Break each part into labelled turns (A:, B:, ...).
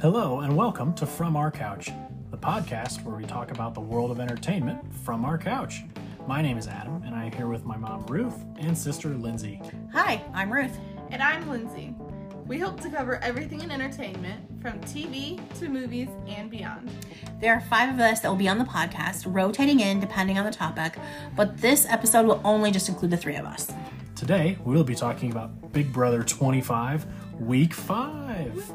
A: Hello, and welcome to From Our Couch, the podcast where we talk about the world of entertainment from our couch. My name is Adam, and I'm here with my mom, Ruth, and sister, Lindsay.
B: Hi, I'm Ruth.
C: And I'm Lindsay. We hope to cover everything in entertainment, from TV to movies and beyond.
B: There are five of us that will be on the podcast, rotating in depending on the topic, but this episode will only just include the three of us.
A: Today, we'll be talking about Big Brother 25, Week 5.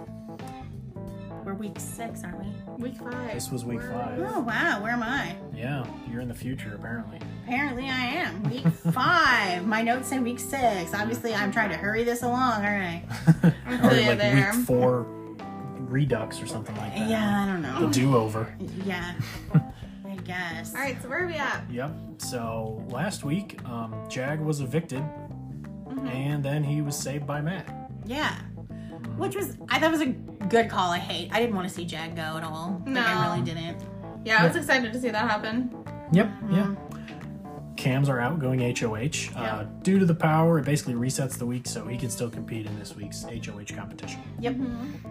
B: We're week six, aren't we?
C: Week five.
A: This was week
C: We're-
A: five.
B: Oh, wow, where am I?
A: Yeah, you're in the future, apparently.
B: Apparently, I am. Week five. My notes say week six. Obviously, I'm trying to hurry this along. All right.
C: I'm
A: Or
C: really
A: like
C: there.
A: week four redux or something like that.
B: Yeah, I don't
A: The
B: know.
A: do over.
B: Yeah, I guess.
C: All right, so where are we at?
A: Yep. So last week, um, Jag was evicted, and then he was saved by Matt.
B: Yeah. Which was, I thought was a good call. I hate. I didn't want to see Jag go at all. Like, I
C: No.
B: really didn't.
C: Yeah, I was excited to see that happen.
A: Yep. Yeah.
B: Mm-hmm.
A: Cams are out going HOH. Uh,
C: Yeah.
A: due to the power, it basically resets the week so he can still compete in this week's HOH competition.
B: Yep.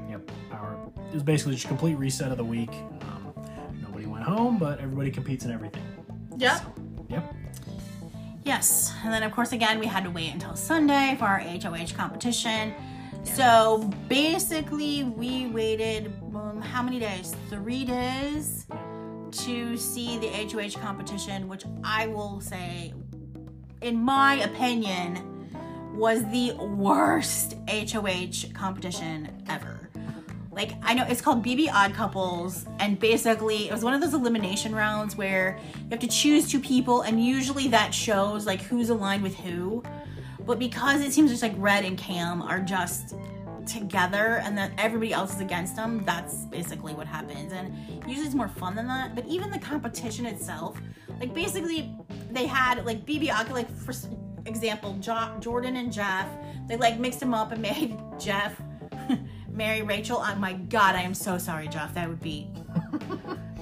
A: Yep. Power. It was basically just a complete reset of the week. Um, nobody went home, but everybody competes in everything.
C: Yep.
A: Yep.
B: Yes, and then of course again we had to wait until Sunday for our HOH competition. So basically we waited um, how many days? 3 days to see the HOH competition, which I will say in my opinion was the worst HOH competition ever. Like I know it's called BB Odd Couples, and basically it was one of those elimination rounds where you have to choose two people, and usually that shows like who's aligned with who. But because it seems just like Red and Cam are just together, and then everybody else is against them, that's basically what happens. And usually it's more fun than that. But even the competition itself, like basically they had like BB Odd like for s- example jo- Jordan and Jeff, they like mixed them up and made Jeff marry Rachel. Oh my God, I am so sorry, Jeff. That would be.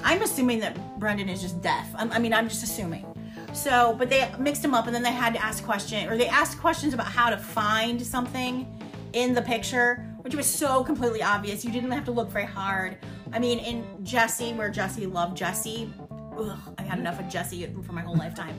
B: I'm assuming that Brendan is just deaf. I'm, I mean, I'm just assuming. So, but they mixed him up, and then they had to ask question, or they asked questions about how to find something in the picture, which was so completely obvious. You didn't have to look very hard. I mean, in Jesse, where Jesse loved Jesse, ugh, I had enough of Jesse for my whole lifetime.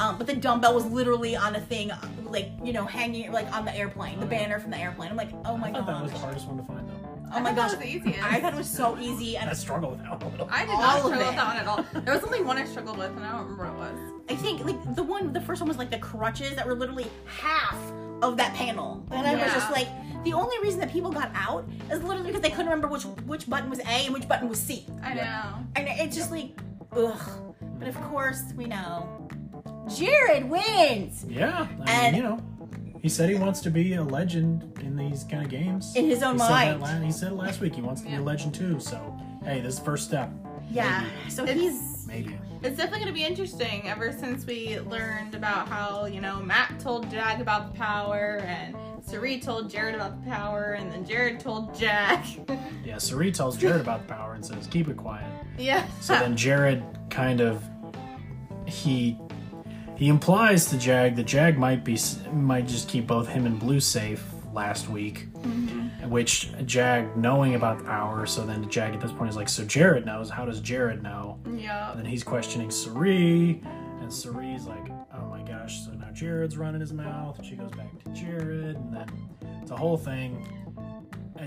B: Um, but the dumbbell was literally on a thing, like you know, hanging like on the airplane, the banner from the airplane. I'm like, oh my
A: I
B: god.
A: thought that was the hardest one to find, though.
B: Oh my
C: I thought
B: gosh,
C: that was the easiest.
B: I thought it was so easy, and
A: I struggle with that one a little.
C: I did
B: All
C: not
B: of
C: struggle
B: it.
C: with that one at all. There was only one I struggled with, and I don't remember what it was.
B: I think like the one, the first one was like the crutches that were literally half of that panel, and I was
C: Yeah.
B: just like, the only reason that people got out is literally because they couldn't remember which which button was A and which button was C,
C: I
A: Yeah.
C: know.
B: and it's just like, ugh. But of course, we know Jared wins
A: Yeah, I
B: And-
A: mean, you know, he said he wants to be a legend in these kind of games.
B: in his
A: he
B: own
A: Said that
B: mind.
A: la- he said it last week. He wants to be
C: Yeah.
A: a legend too. So, hey, this is the first step.
B: Yeah, so
C: It's-
B: he's
A: Maybe.
C: It's definitely going to be interesting ever since we learned about how, you know, Matt told Jag about the power, and Sari told Jared about the power, and then Jared told Jag.
A: Yeah, Sari tells Jared about the power and says, "Keep it quiet."
C: yeah.
A: So then Jared kind of he he implies to Jag that Jag might be s- might just keep both him and Blue safe last week, which Jag knowing about the power. So then Jag at this point is like, "So Jared knows. How does Jared know?"
C: yeah.
A: And then he's questioning Sari, and Sari's like, oh my gosh, so now Jared's running his mouth. She goes back to Jared, and then it's a whole thing. I,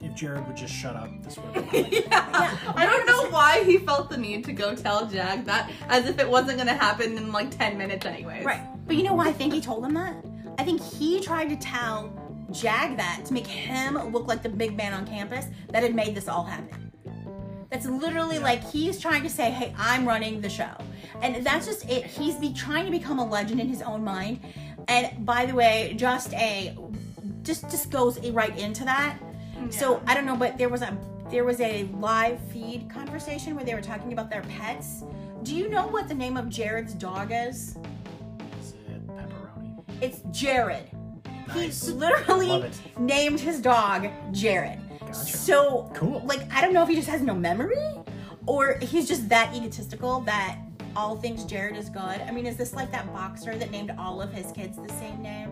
A: if Jared would just shut up, this would have been
C: I don't know why he felt the need to go tell Jag that, as if it wasn't gonna happen in like ten minutes, anyways.
B: right. But you know why I think he told him that? I think he tried to tell Jag that to make him look like the big man on campus that had made this all happen. That's literally like he's trying to say, "Hey, I'm running the show," and that's just it. He's be trying to become a legend in his own mind. And by the way, just a just just goes right into that. So I don't know, but there was a there was a live feed conversation where they were talking about their pets. Do you know what the name of Jared's dog is?
A: is it pepperoni.
B: It's Jared.
A: Nice.
B: He literally
A: Love it.
B: named his dog Jared.
A: Gotcha.
B: So
A: Cool.
B: Like I don't know if he just has no memory, or he's just that egotistical that all things Jared is good. I mean, is this like that boxer that
A: Uh,
B: named all of his kids the same name?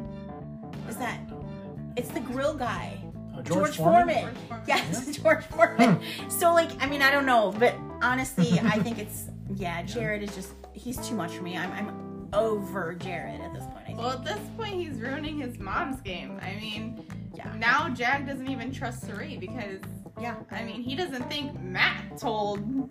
B: Is that? It's the grill guy.
A: Oh,
B: George Foreman.
C: George Foreman.
B: Yes, George Foreman.
A: Hmm.
B: So like, I mean, I don't know, but honestly, I think it's yeah. Jared is just he's too much for me. I'm I'm over Jared at this point. I think.
C: Well, at this point, he's ruining his mom's game. I mean,
B: yeah.
C: now Jack doesn't even trust Suri because,
B: Yeah.
C: I mean, he doesn't think Matt told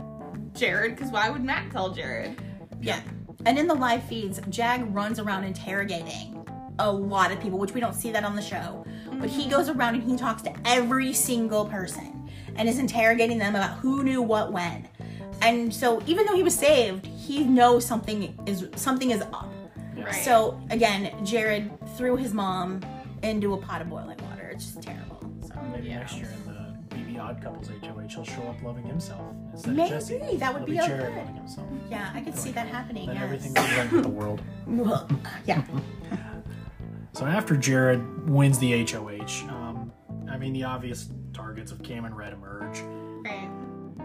C: Jared because why would Matt tell Jared?
B: Yeah. And in the live feeds, Jag runs around interrogating a lot of people, which we don't see that on the show. But he goes around and he talks to every single person and is interrogating them about who knew what when. And so even though he was saved, he knows something is something is up.
A: Yeah.
C: Right.
B: So again, Jared threw his mom into a pot of boiling water. It's just terrible. So
A: Maybe
C: Yeah.
A: next year in the BB Odd Couples HOH, he'll show up loving himself instead
B: Maybe,
A: of Jesse.
B: that would
A: It'll
B: be
A: be
B: a
A: Jared
B: good-
A: loving himself.
B: yeah, I could see that happening.
A: Then
B: yes.
A: everything will be right with the world.
B: yeah.
A: So after Jared wins the HOH, um, I mean the obvious targets of Cam and Red emerge.
C: Right.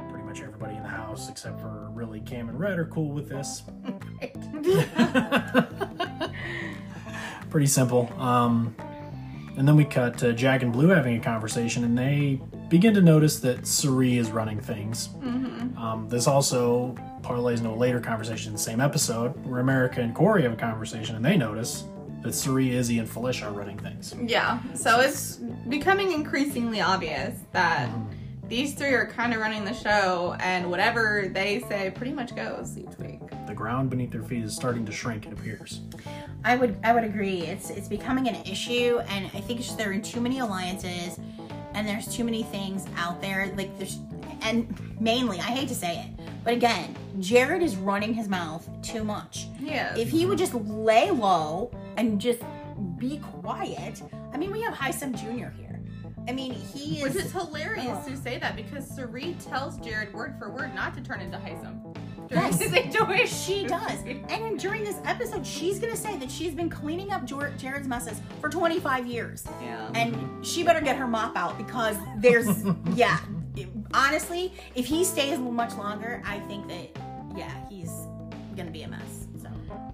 A: Pretty much everybody in the house except for really Cam and Red are cool with this. Pretty simple. Um, and then we cut to Jack and Blue having a conversation, and they begin to notice that Suri is running things. Um, this also parlays into a later conversation in the same episode where America and Corey have a conversation, and they notice that Suri, Izzy, and Felicia are running things.
C: Yeah. So it's becoming increasingly obvious that these three are kind of running the show, and whatever they say pretty much goes each week.
A: The ground beneath their feet is starting to shrink, it appears.
B: I would I would agree. It's it's becoming an issue, and I think it's just there are too many alliances, and there's too many things out there. Like there's, and mainly I hate to say it, but again, Jared is running his mouth too much.
C: Yeah.
B: If he would just lay low and just be quiet, I mean, we have High Sum Junior here. I mean, he
C: Which
B: is.
C: is hilarious
A: Oh.
C: to say that because Sari tells Jared word for word not to turn into Heism.
B: Yes.
C: His HOH.
B: she does. And during this episode, she's going to say that she's been cleaning up Jor- Jared's messes for 25 years.
C: Yeah.
B: and she better get her mop out because there's yeah honestly if he stays much longer i think that yeah he's gonna be a mess so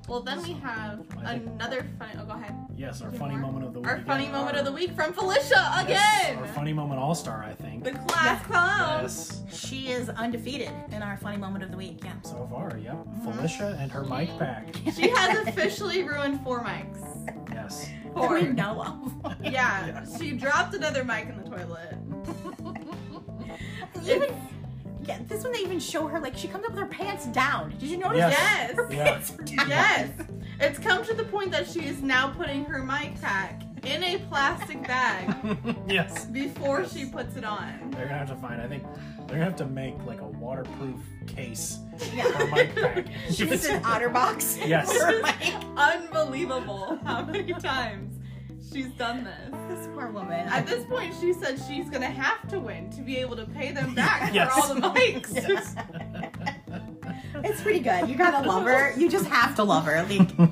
C: Well, then we have
A: I think-
C: another funny. Oh, go ahead.
A: Yes, our funny moment of the week.
C: Our funny
A: again.
C: moment
A: Our-
C: of the week from Felicia
A: Yes,
C: again.
A: our funny moment all star, I think.
C: the class clown.
A: Yes.
B: she is undefeated in our funny moment of the week yeah
A: So far, yep. Felicia and her mic pack.
C: She has officially ruined four mics.
A: Yes.
B: that we
C: Four.
B: know of
C: Yeah. She dropped another mic in the toilet.
B: even yeah this one they even show her like she comes up with her pants down did you notice
A: Yes.
C: Yes.
B: her
A: Yeah.
B: pants are down
C: Yes. It's come to the point that she is now putting her mic pack in a plastic bag
A: yes.
C: before she puts it on.
A: They're gonna have to find. I think they're gonna have to make like a waterproof case
B: yeah
A: for a mic pack.
B: she's an otter box
A: Yes.
B: for Mike.
C: Unbelievable how many times she's done this.
B: this poor woman
C: At this point, she said she's gonna have to win to be able to pay them back
A: Yes.
C: for all the mics.
B: It's pretty good. You gotta love her. You just have to love her. Like,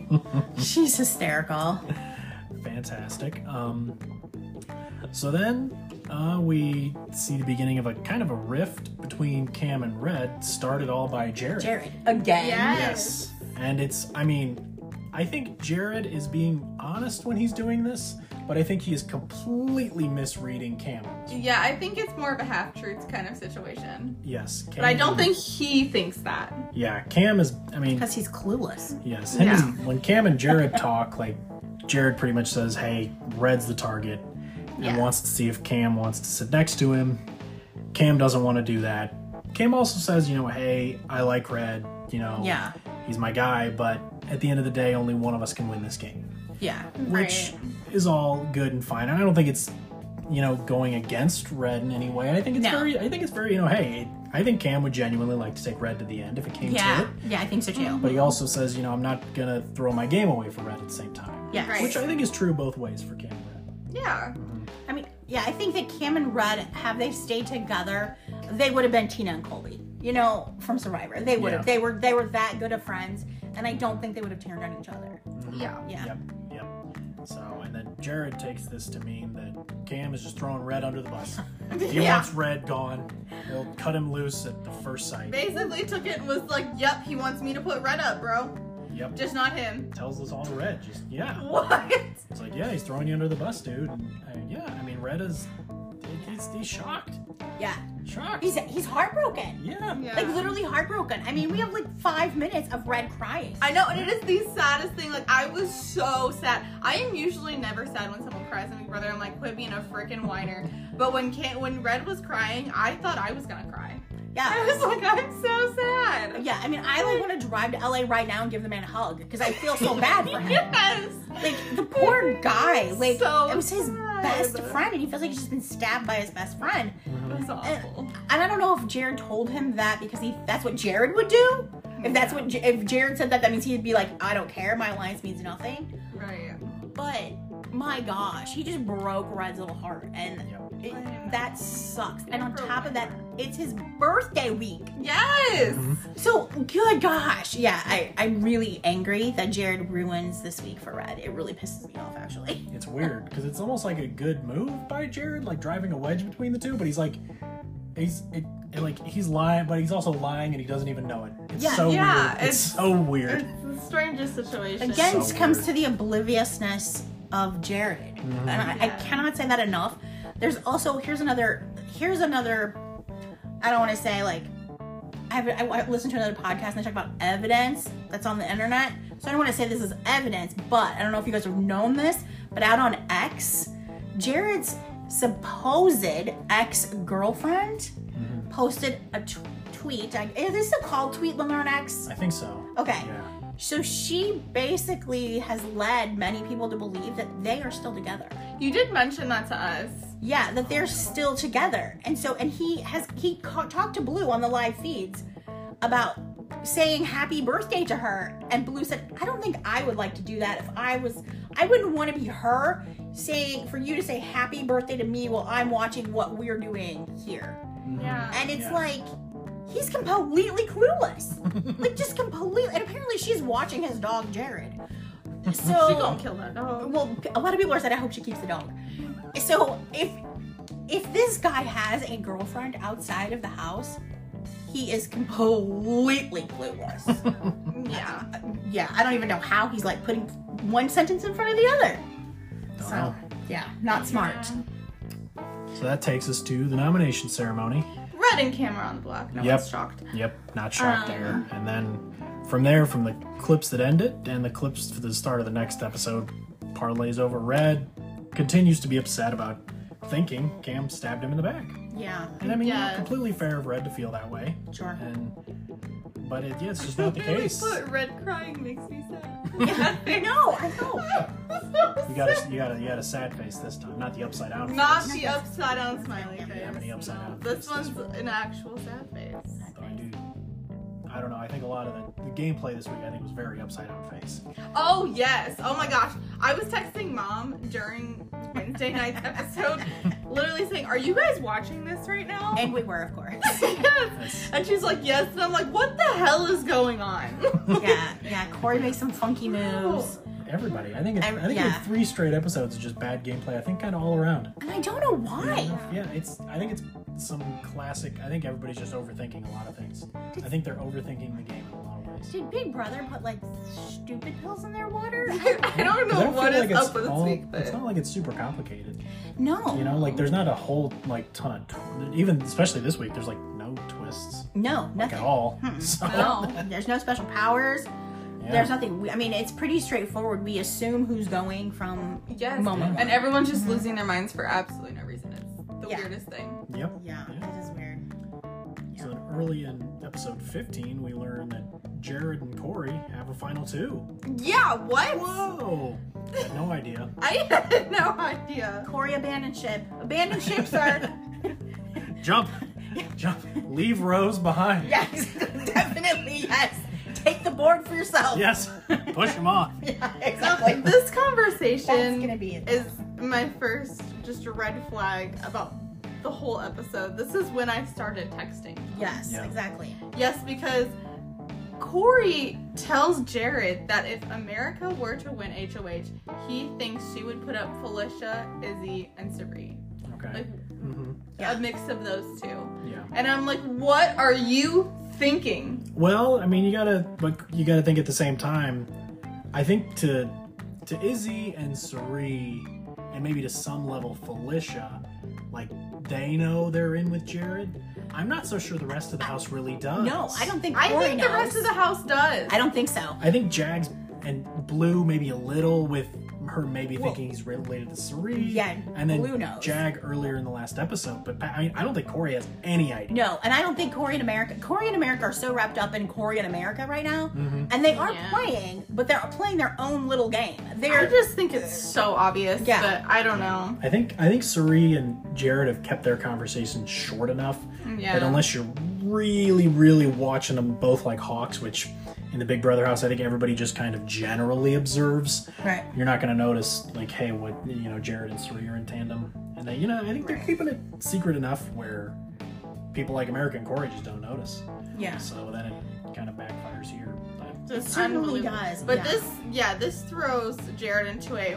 B: she's hysterical.
A: Fantastic. Um. So then, uh, we see the beginning of a kind of a rift between Cam and Red, started all by Jared.
B: Jared again.
C: Yeah.
A: Yes. And it's. I mean, I think Jared is being honest when he's doing this, but I think he is completely misreading Cam.
C: Yeah, I think it's more of a half truth kind of situation.
A: Yes. Cam
C: But I don't think he thinks that.
A: Yeah, Cam is. I mean,
B: Because he's clueless.
A: Yes. him
C: Yeah.
A: and- when Cam and Jared talk, like Jared pretty much says, "Hey, Red's the target," and
B: Yeah.
A: wants to see if Cam wants to sit next to him. Cam doesn't want to do that. Cam also says, "You know, hey, I like Red. You know,
B: Yeah.
A: he's my guy, but at the end of the day, only one of us can win this game."
B: Yeah.
A: which is all good and fine. And I don't think it's you know going against Red in any way. I think it's
B: No.
A: very. I think it's very. You know, hey, I think Cam would genuinely like to take Red to the end if it came to
B: Yeah.
A: it.
B: Yeah, I think so too.
A: But he also says, you know, I'm not gonna throw my game away for Red at the same time,
B: Yes.
C: Right.
A: which I think is true both ways for Cam and Red.
C: Yeah.
B: I mean, yeah, I think that Cam and Red, have they stayed together, they would have been Tina and Colby. You know, from Survivor, they would have.
A: Yeah.
B: They were they were that good of friends, and I don't think they would have turned on each other.
C: Yeah.
B: Yeah.
A: Yep, yep. So, and then Jared takes this to mean that Cam is just throwing Red under the bus. He
C: Yeah.
A: wants Red gone. He'll cut him loose at the first sight.
C: Basically took it and was like, yep, he wants me to put red up, bro.
A: Yep.
C: Just not him.
A: Tells us all to Red. Just yeah.
C: What?
A: It's like, yeah, he's throwing you under the bus, dude. And, uh, yeah, I mean, Red is he's, he's shocked.
B: Yeah.
A: Shocked.
B: He's he's heartbroken.
A: yeah.
C: Yeah.
B: Like literally heartbroken. I mean, we have like five minutes of Red crying.
C: I know, and it is the saddest thing. Like, I was so sad. I am usually never sad when someone cries on Big Brother. I'm like, quit being a freaking whiner. But when Kate, when Red was crying, I thought I was gonna cry. I
B: yeah.
C: was like, I'm so sad.
B: Yeah, I mean, I like want to drive to LA right now and give the man a hug because I feel so bad for him.
C: Yes.
B: Like the poor guy, like
C: So
B: it was his
C: sad.
B: best friend, and he feels like he's just been stabbed by his best friend.
C: It was awful.
B: And I don't know if Jared told him that because he that's what Jared would do. If that's what J- if Jared said that, that means he'd be like, I don't care, my alliance means nothing.
C: Right.
B: But my gosh, he just broke Red's little heart, and
A: Yep.
B: it-
C: I know.
B: that sucks. And on top of that, it's his birthday week.
C: Yes.
A: Mm-hmm.
B: So good gosh, yeah, I I'm really angry that Jared ruins this week for Red. It really pisses me off actually.
A: It's weird because it's almost like a good move by Jared, like driving a wedge between the two. But he's like, he's it, it- like he's lying, but he's also lying, and he doesn't even know it. It's
B: Yeah.
A: so
C: Yeah,
A: weird. It's,
C: it's-
A: so weird.
C: It's the strangest situation.
B: Again,
A: So
B: it comes
A: weird. Mm-hmm.
B: to the obliviousness of Jared, and I, I
C: Yeah.
B: cannot say that enough. There's also here's another here's another. I don't want to say like I, have, I, I listened to another podcast and they talk about evidence that's on the internet. So I don't want to say this is evidence, but I don't know if you guys have known this, but out on X, Jared's supposed ex girlfriend
A: Mm-hmm.
B: posted a t- tweet. I, is this a called tweet when they're on X?
A: I think so.
C: Oh.
B: Okay.
A: Yeah.
B: So she basically has led many people to believe that they are still together.
C: You did mention that to us.
B: Yeah, that they're still together. And so, and he has, he ca- talked to Blue on the live feeds about saying happy birthday to her. And Blue said, I don't think I would like to do that if I was, I wouldn't want to be her saying, for you to say happy birthday to me while I'm watching what we're doing here.
A: Mm-hmm.
C: Yeah.
B: And it's
A: Yeah.
B: like, he's completely clueless. like, just completely. And apparently, she's watching his dog, Jared.
C: She gonna
B: So,
C: kill that dog.
B: well, a lot of people are saying, I hope she keeps the dog. So, if if this guy has a girlfriend outside of the house, he is completely clueless.
C: Yeah.
B: yeah, I don't even know how he's like putting one sentence in front of the other.
A: Don't
B: So,
A: know.
B: yeah, not smart.
A: So that takes us to the nomination ceremony.
C: Red and camera on the block. No
A: Yep.
C: one's shocked.
A: Yep, not shocked
C: Um.
A: there. And then from there, from the clips that end it and the clips for the start of the next episode, parlays over. Red continues to be upset about thinking Cam stabbed him in the back.
B: Yeah,
A: And I mean, yeah,
C: Yes.
A: completely fair of Red to feel that way.
B: sure.
A: And but it, yeah, it's just not the
C: Really,
A: case.
C: But red crying makes me sad.
B: No, I know.
A: You got a, you got a, you got a sad face this time, not the upside down.
C: Not
A: face.
C: the upside down smiley
B: Yeah,
C: face.
B: we
A: have any upside down
C: This
A: faces.
C: one's an actual sad face.
A: Though I do. I don't know. I think a lot of the, the gameplay this week, I think, was very upside down face.
C: Oh yes. Oh my gosh. I was texting mom during Wednesday night's episode, literally saying, "Are you guys watching this right now?"
B: And we were, of course.
C: yes. And she's like, "Yes." And I'm like, "What the hell is going on?"
B: yeah, yeah. Corey makes some funky moves.
A: Everybody, I think, it's,
B: Ev-
A: I think
B: yeah.
A: like three straight episodes is just bad gameplay. I think kind of all around.
B: And I don't know why.
A: Yeah, it's. I think it's some classic. I think everybody's just overthinking a lot of things. I think they're overthinking the game in a lot of ways.
B: Did Big Brother put like stupid pills in their water?
C: I don't
A: I
C: know
A: don't
C: what
A: feel like
C: is
A: it's
C: up with this
A: all-
C: week, but Oh.
A: it's not like it's super complicated.
B: No.
A: You know, like there's not a whole like ton of tw- even especially this week. There's like no twists
B: no,
A: at
B: nothing.
A: all.
C: Hmm.
A: So,
C: no.
B: There's no special powers.
A: yeah.
B: There's nothing. We, I mean, it's pretty straightforward. We assume who's going from
C: Yes.
B: moment.
C: And everyone's just losing their minds for absolutely no reason. It's the
B: Yeah.
C: weirdest thing.
A: Yep.
B: Yeah, that is weird.
A: So then early in episode 15, we learn that Jared and Corey have a final two.
C: Yeah. What?
A: Whoa! I had no idea.
C: I had no idea.
B: Corey abandoned ship. Abandoned ship, sir.
A: Jump! Jump! Leave Rose behind.
B: yes, definitely yes. Take the board for yourself.
A: Yes. Push him off.
B: Yeah,
C: So
B: exactly. That's
C: this conversation
B: gonna be it.
C: is my first just a red flag about the whole episode. This is when I started texting.
B: Yes,
A: Yeah.
B: exactly.
C: Yes, because Corey tells Jared that if America were to win HOH, he thinks she would put up Felicia, Izzy, and Sari.
A: Okay.
C: Like
A: hmm
C: a mix of those two.
A: Yeah.
C: And I'm like, what are you thinking?
A: Well, I mean, you gotta, but you gotta think at the same time. I think to to Izzy and Sari, and maybe to some level Felicia, like they know they're in with Jared. I'm not so sure the rest of the house really does.
B: No, I don't think
C: I
B: Corey
C: think
B: knows.
C: the rest of the house does.
B: I don't think so.
A: I think Jags and Blue maybe a little with her maybe
B: Well-
A: thinking he's related to Cerise.
B: Yeah,
A: and then
B: Blue knows.
A: Jag earlier in the last episode, but Pa- I, mean, I don't think Corey has any idea.
B: No, and I don't think Corey and America. Corey and America are so wrapped up in Corey and America right now, and they are
C: Yeah.
B: playing, but they're playing their own little game.
C: I
B: They're
C: just think it's so obvious.
B: Yeah.
C: But I don't know.
A: I think I think Cerie and Jared have kept their conversation short enough
C: Yeah.
A: that unless you're really, really watching them both like hawks, which in the Big Brother house I think everybody just kind of generally observes,
B: right.
A: you're not going to notice like, hey, what you know, Jared and Cerie are in tandem, and they, you know, I think they're keeping it secret enough where people like America and Corey just don't notice.
B: Yeah.
A: So then it kind of backfires here. But
B: So it certainly
C: Unbelievable.
B: does.
C: But
B: yeah.
C: this, yeah, this throws Jared into a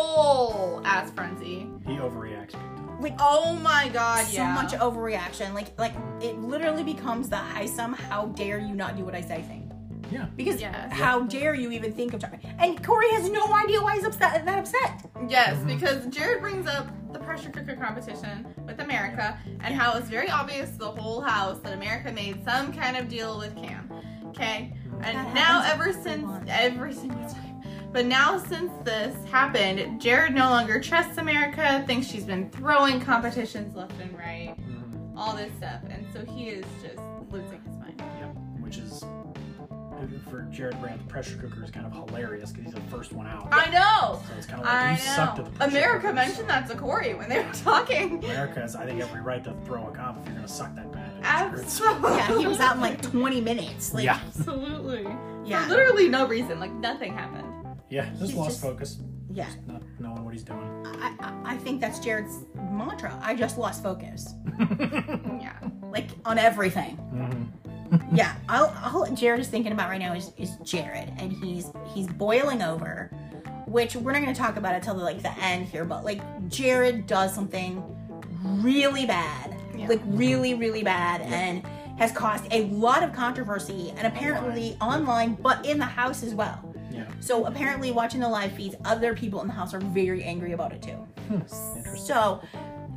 C: whole ass frenzy.
A: he overreacts. big time.
B: like
C: Oh my god,
B: so
C: yeah.
B: much overreaction. Like like it literally becomes the I somehow dare you not do what I say thing.
A: Yeah.
B: Because
C: Yes.
B: how dare you even think of Jared? And Corey has no idea why he's upset that upset.
C: Yes,
B: Mm-hmm.
C: because Jared brings up the pressure cooker competition with America and how it's very obvious to the whole house that America made some kind of deal with Cam. Okay?
B: That
C: And now
B: happens
C: ever
B: every
C: since
B: once.
C: every single time. But now since this happened, Jared no longer trusts America, thinks she's been throwing competitions left and right,
A: Mhm.
C: all this stuff. And so he is just losing his mind.
A: Yeah. Which is for Jared Brandt, the pressure cooker is kind of hilarious because he's the first one out.
C: I know.
A: So it's kind of like you
C: I
A: sucked
C: know.
A: at the pressure
C: America
A: cookers.
C: mentioned that to Corey when they were talking.
A: America has, I think, every right to throw a comp if you're going to suck that bad. It's-
C: Absolutely.
B: Yeah, he was out in like 20 minutes. Like,
A: yeah.
C: Absolutely.
B: Yeah.
C: For literally no reason. Like nothing happened.
A: Yeah. Just
B: He's
A: lost
B: just-
A: focus.
B: yeah.
A: Not knowing what he's doing.
B: I, I I think that's Jared's mantra. I just lost focus,
C: Yeah.
B: like on everything.
A: Mhm.
B: yeah, all, all Jared is thinking about right now is, is Jared, and he's he's boiling over, which we're not going to talk about it till the, like the end here. But like Jared does something really bad,
C: Yeah.
B: like really really bad, and has caused a lot of controversy, and apparently online, but in the house as well.
A: Yeah.
B: So apparently, watching the live feeds, other people in the house are very angry about it too.
A: Interesting.
B: So,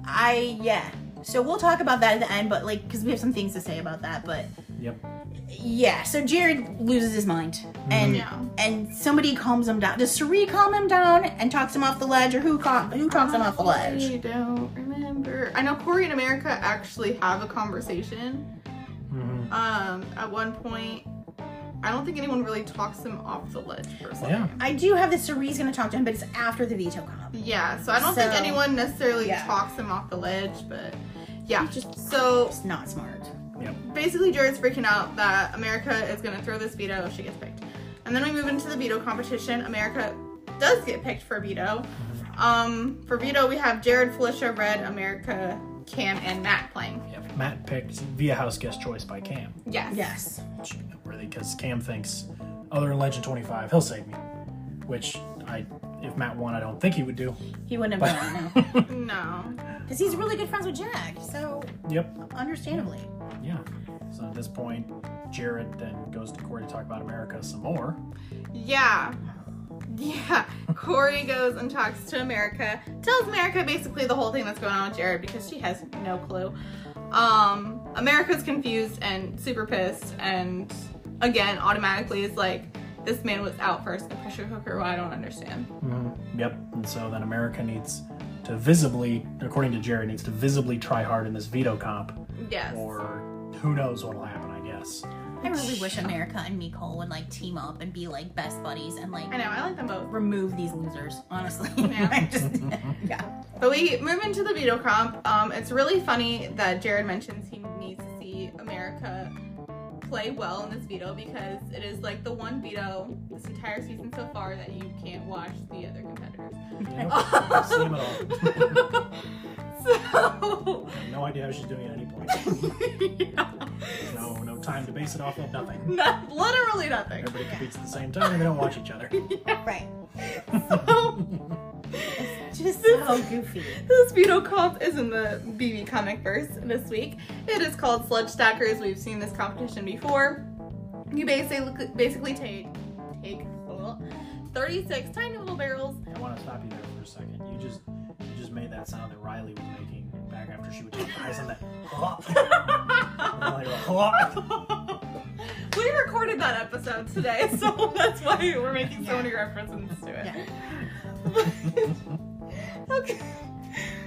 B: I yeah. So we'll talk about that at the end, but like, because we have some things to say about that. But
A: Yep.
B: yeah, so Jared loses his mind, and
C: Yeah.
B: and somebody calms him down. Does Sheree calm him down and talks him off the ledge, or who cal- who talks him off the ledge?
C: I don't remember. I know Corey and America actually have a conversation.
A: Mhm.
C: Um, at one point, I don't think anyone really talks them off the ledge per se.
A: Yeah.
B: I do have that Sheree's gonna talk to him, but it's after the veto comp.
C: Yeah, So I don't think
B: So-
C: anyone necessarily
B: Yeah.
C: talks them off the ledge, but yeah.
B: He's just-
C: so
B: It's not smart.
A: Yep.
C: basically Jared's freaking out that America is gonna throw this veto if she gets picked. And then we move into the veto competition. America does get picked for veto. Um, for veto, we have Jared, Felicia, Red, America, Cam, and Matt playing.
A: Yep. Matt picked via house guest choice by Cam.
C: Yes.
B: Yes.
A: Which, really, because Cam thinks, other than Legend 25, he'll save me. Which I, if Matt won, I don't think he would do.
B: He wouldn't have done that, no.
C: No.
B: Because he's really good friends with Jack, so
A: Yep.
B: understandably.
A: Yeah. So at this point, Jared then goes to Corey to talk about America some more.
C: Yeah. Yeah. Corey goes and talks to America, tells America basically the whole thing that's going on with Jared because she has no clue. Um, America's confused and super pissed, and again, automatically is like, this man was out first, the pressure cooker, well, I don't understand.
A: Yep. And so then America needs to visibly, according to Jared, needs to visibly try hard in this veto comp,
C: Yes.
A: or who knows what'll happen, I guess.
B: I really wish America and Nicole would like team up and be like best buddies and like
C: I know, I like them both.
B: remove these losers. Honestly,
C: Yeah.
B: I just yeah.
C: But we move into the veto comp. Um, it's really funny that Jared mentions he needs to see America play well in this veto because it is like the one veto this entire season so far that you can't watch the other competitors.
A: Yep. Don't see him at all.
C: so,
A: no idea how she's doing at any point.
C: yeah.
A: No, no time to base it off of. Nothing.
C: Not, literally nothing.
A: Everybody competes at the same time. They don't watch each other.
B: Right.
C: So,
B: Just so goofy.
C: this veto comp is in the BB comic verse this week. It is called Sludge Stackers. We've seen this competition before. You basically basically take take ugh, 36 tiny little barrels.
A: I want to stop you there for a second. You just, you just made that sound that Riley was making back after she would guys on that. I'm like, "Huh?"
C: we recorded that episode today, so that's why we're making so
B: Yeah.
C: many references to it.
B: Yeah.
C: okay.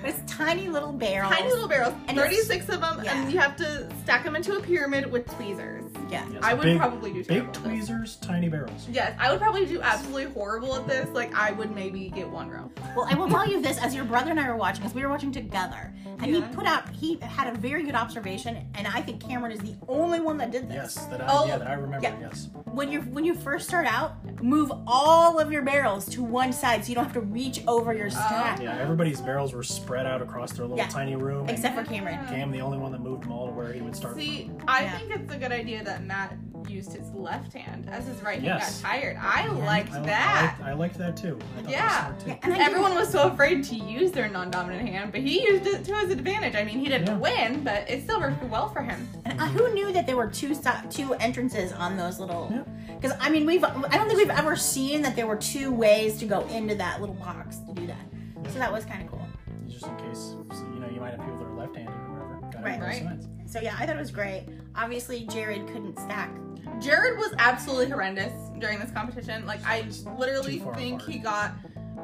B: It's tiny little barrels.
C: Tiny little barrels,
B: And it's-
C: 36 of them,
B: yeah.
C: and you have to stack them into a pyramid with tweezers.
B: Yeah.
A: Yes,
C: I would
A: big-
C: probably do
A: Big
C: terrible at this.
A: tweezers, tiny barrels.
C: Yes, I would probably do absolutely horrible at this. Like, I would maybe get one row.
B: Well, I will tell you this: as your brother and I were watching, because we were watching together, and
C: Yeah.
B: he put out, he had a very good observation, and I think Cameron is the only one that did
A: Yes,
B: this.
A: that I,
C: Oh,
A: yeah, that I remember.
B: yeah.
A: Yes.
B: When you when you first start out, move all of your barrels to one side so you don't have to reach over
C: Oh.
B: your stack.
A: Yeah, everybody's barrels were spread out across their little
B: Yeah.
A: tiny room. and
B: Except for Cameron.
A: Cam, the only one that moved them all to where he would start.
C: See, I
B: Yeah.
C: think it's a good idea that Matt used his left hand as his right
A: Yes.
C: hand got tired. I liked
A: I,
C: that.
A: I, I liked that too. I thought that was
C: Yeah.
A: smart, too.
B: Yeah, and I did-
C: Everyone was so afraid to use their non-dominant hand, but he used it to his advantage. I mean, he didn't
A: Yeah.
C: win, but it still worked well for him.
B: And uh, who knew that there were two sto- two entrances on those little?
A: Yeah.
B: Because I mean, we've I don't think we've ever seen that there were two ways to go into that little box to do that. So that was kind of cool.
A: Just in case, so, you know, you might have people that are left-handed or whatever. Got it
B: Right.
A: both
C: Right.
A: sides.
B: So yeah, I thought it was great. Obviously, Jared couldn't stack.
C: Jared was absolutely horrendous during this competition. Like, I literally
A: Too far
C: think
A: apart.
C: he got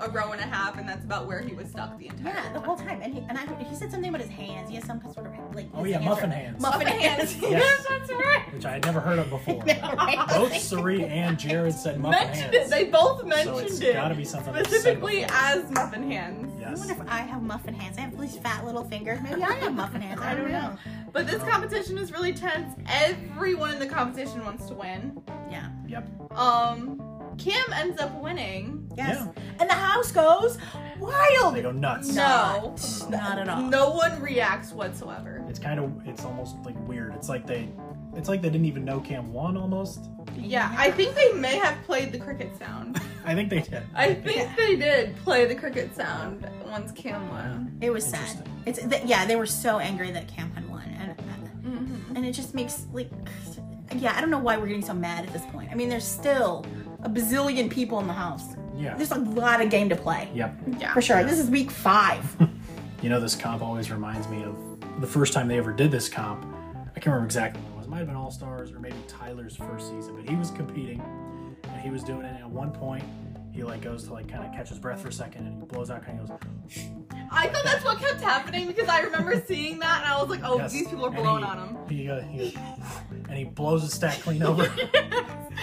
C: a row and a half, and that's about where he was stuck the entire
B: Yeah, the
C: time.
B: whole time. And he and I, he said something about his hands. He has some sort of like.
A: Oh
B: his
A: yeah,
B: hands
A: muffin
B: are-
A: hands,
B: Muffin hands.
C: hands.
A: Yes.
C: yes, that's right.
A: which I had never heard of before.
B: Right?
A: Both Sari and Jared said muffin
C: mentioned it.
A: hands.
C: They both
A: so
C: mentioned
A: it's
C: it.
A: gotta be something that's said
C: specifically
A: before.
C: as muffin hands.
B: I
A: Yes.
B: wonder if I have muffin hands. I have these fat little fingers. Maybe I have muffin hands. I don't know.
C: But this competition is really tense. Everyone in the competition wants to win.
B: Yeah.
A: Yep.
C: Um, Kim ends up winning.
B: Yes. And the house goes wild.
A: They go nuts.
C: No.
B: Not, not at all.
C: No one reacts whatsoever.
A: It's kind of, it's almost like weird. It's like they, it's like they didn't even know Cam won almost.
C: Yeah, I think they may have played the cricket sound.
A: I think they did.
C: I think they did play the cricket sound once Kim won.
B: It was sad.
A: Interesting.
B: It's th- yeah, they were so angry that Cam had won, and uh, and it just makes like yeah, I don't know why we're getting so mad at this point. I mean, there's still a bazillion people in the house.
A: Yeah.
B: There's a lot of game to play
A: Yep.
C: Yeah.
B: for sure. This is week five.
A: You know, this comp always reminds me of the first time they ever did this comp. I can't remember exactly what it was. It might have been All Stars or maybe Tyler's first season, but he was competing and he was doing it. And at one point, he like goes to like kind of catch his breath for a second and he blows out, kind of goes.
C: I thought that's what kept happening because I remember seeing that and I was like, oh,
A: "Yes,"
C: these people are
A: and
C: blowing
A: he-
C: on him.
A: He, uh, he goes, and he blows his stack clean over. you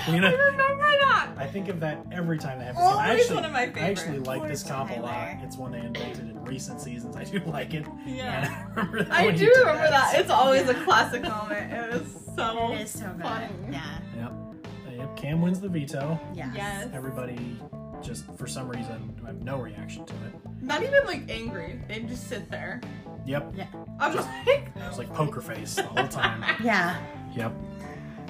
C: I
A: know,
C: remember that.
A: I think of that every time that happens.
C: Always
A: I actually,
C: Oh, one of my
A: I actually
C: favorites.
A: like this
B: Poor
A: comp a lot.
B: Tyler.
A: It's one they invented in recent seasons. I do like it. And
C: Yeah.
A: I remember that.
C: I
A: when he
C: do
A: did
C: remember that. It's always a
B: Yeah.
C: classic moment. It was so.
B: It is so good.
C: funny.
B: Yeah.
A: Yep. Yep. Cam wins the veto.
B: Yes.
C: Yes.
A: Everybody just for some reason have no reaction to it.
C: Not even like angry. They just sit there.
A: Yep.
C: I'm just like,
A: It was like poker face the whole time.
B: Yeah.
A: Yep.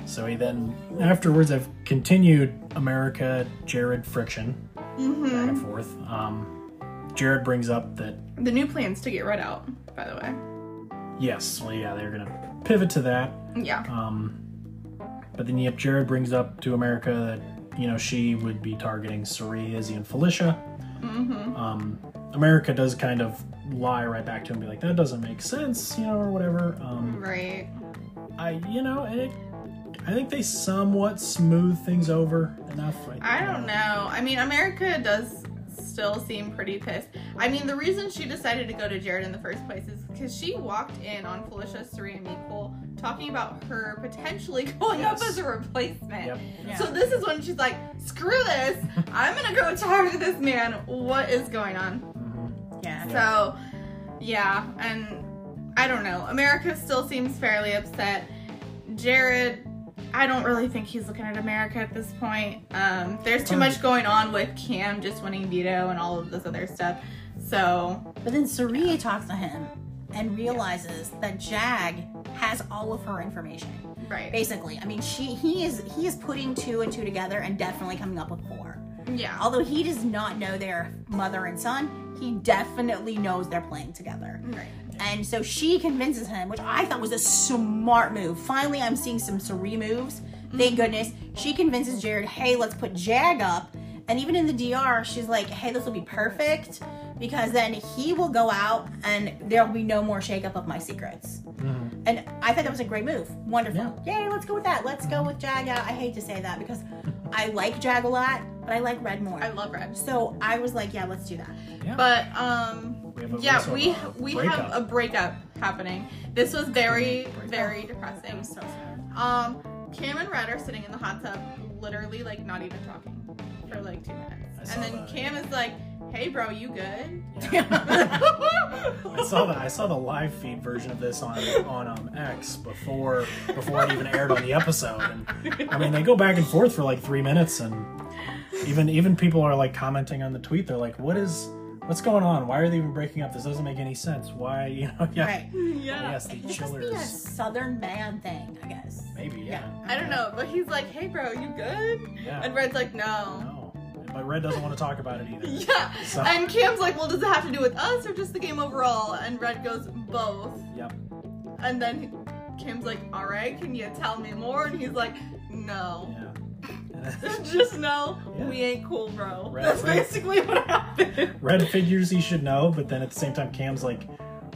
A: So he then afterwards I've continued America Jared friction back and forth. Um, Jared brings up that
C: mm-hmm. the new plan's to get red out, by the way.
A: yes, well, yeah, they're gonna pivot to that.
C: Yeah.
A: Um, but then yep, Jared brings up to America that you know she would be targeting Sari, Izzy, and Felicia.
C: Mm-hmm.
A: Um, America does kind of lie right back to him, be like, "That doesn't make sense," you know, or whatever. Um,
C: Right.
A: I, you know, and it, I think they somewhat smooth things over enough.
C: I don't know. I mean, America does still seem pretty pissed. I mean, the reason she decided to go to Jared in the first place is because she walked in on Felicia, Suri, and Miko talking about her potentially going
A: Yes.
C: up as a replacement.
A: Yep.
B: Yeah.
C: So this is when she's like, "Screw this! I'm gonna go target this man. What is going on?"
A: Mhm.
B: Yeah.
C: So, yeah, and I don't know. America still seems fairly upset. Jared, I don't really think he's looking at America at this point. Um, there's too much going on with Cam just winning veto and all of this other stuff. So,
B: But then Saria talks to him and realizes that Jag has all of her information.
C: right,
B: Basically, I mean, she he is he is putting two and two together and definitely coming up with four.
C: yeah,
B: Although he does not know their mother and son, he definitely knows they're playing together.
C: right.
B: And so she convinces him, which I thought was a smart move. Finally, I'm seeing some Sari moves. Thank goodness. She convinces Jared, hey, let's put Jag up. And even in the DR, she's like, hey, this will be perfect because then he will go out and there'll be no more shakeup of my secrets.
A: Mm-hmm.
B: And I thought that was a great move. Wonderful. Yay, let's go with that. Let's go with Jag out. I hate to say that because I like Jag a lot, but I like Red more.
C: I love Red.
B: so I was like, yeah, let's do that.
A: Yeah.
C: But um,
A: We have a-
C: yeah,
A: also
C: we
A: a
C: we
A: breakup.
C: have a breakup happening. This was very
A: Breakup.
C: very depressing.
B: so sad.
C: Um, Cam and Red are sitting in the hot tub, literally like not even talking for like two
A: I
C: minutes,
A: saw
C: and then
A: that.
C: Cam is like, "Hey, bro, you good?"
A: I saw that. I saw the live feed version of this on on um, X before before it even aired on the episode. And I mean, they go back and forth for like three minutes, and even even people are like commenting on the tweet. They're like, "What is what's going on? Why are they even breaking up? This doesn't make any sense. Why you know? Yeah,
B: Right.
C: yeah.
A: yes, the
B: This must be a
A: chillers.
B: southern man thing, I guess.
A: Maybe yeah.
C: I don't know, but he's like, "Hey, bro, you good?"
A: Yeah.
C: And Red's like, "No."
A: no, but Red doesn't want to talk about it either.
C: Yeah.
A: So-
C: And Cam's like, "Well, does it have to do with us or just the game overall?" And Red goes, "Both."
A: Yep.
C: And then Cam's like, "All right, can you tell me more?" And he's like, "No."
A: Yeah. And then
C: Just no,
A: Yeah.
C: we ain't cool, bro.
A: Right,
C: That's
A: right.
C: basically what happened.
A: Red figures he should know, but then at the same time, Cam's like,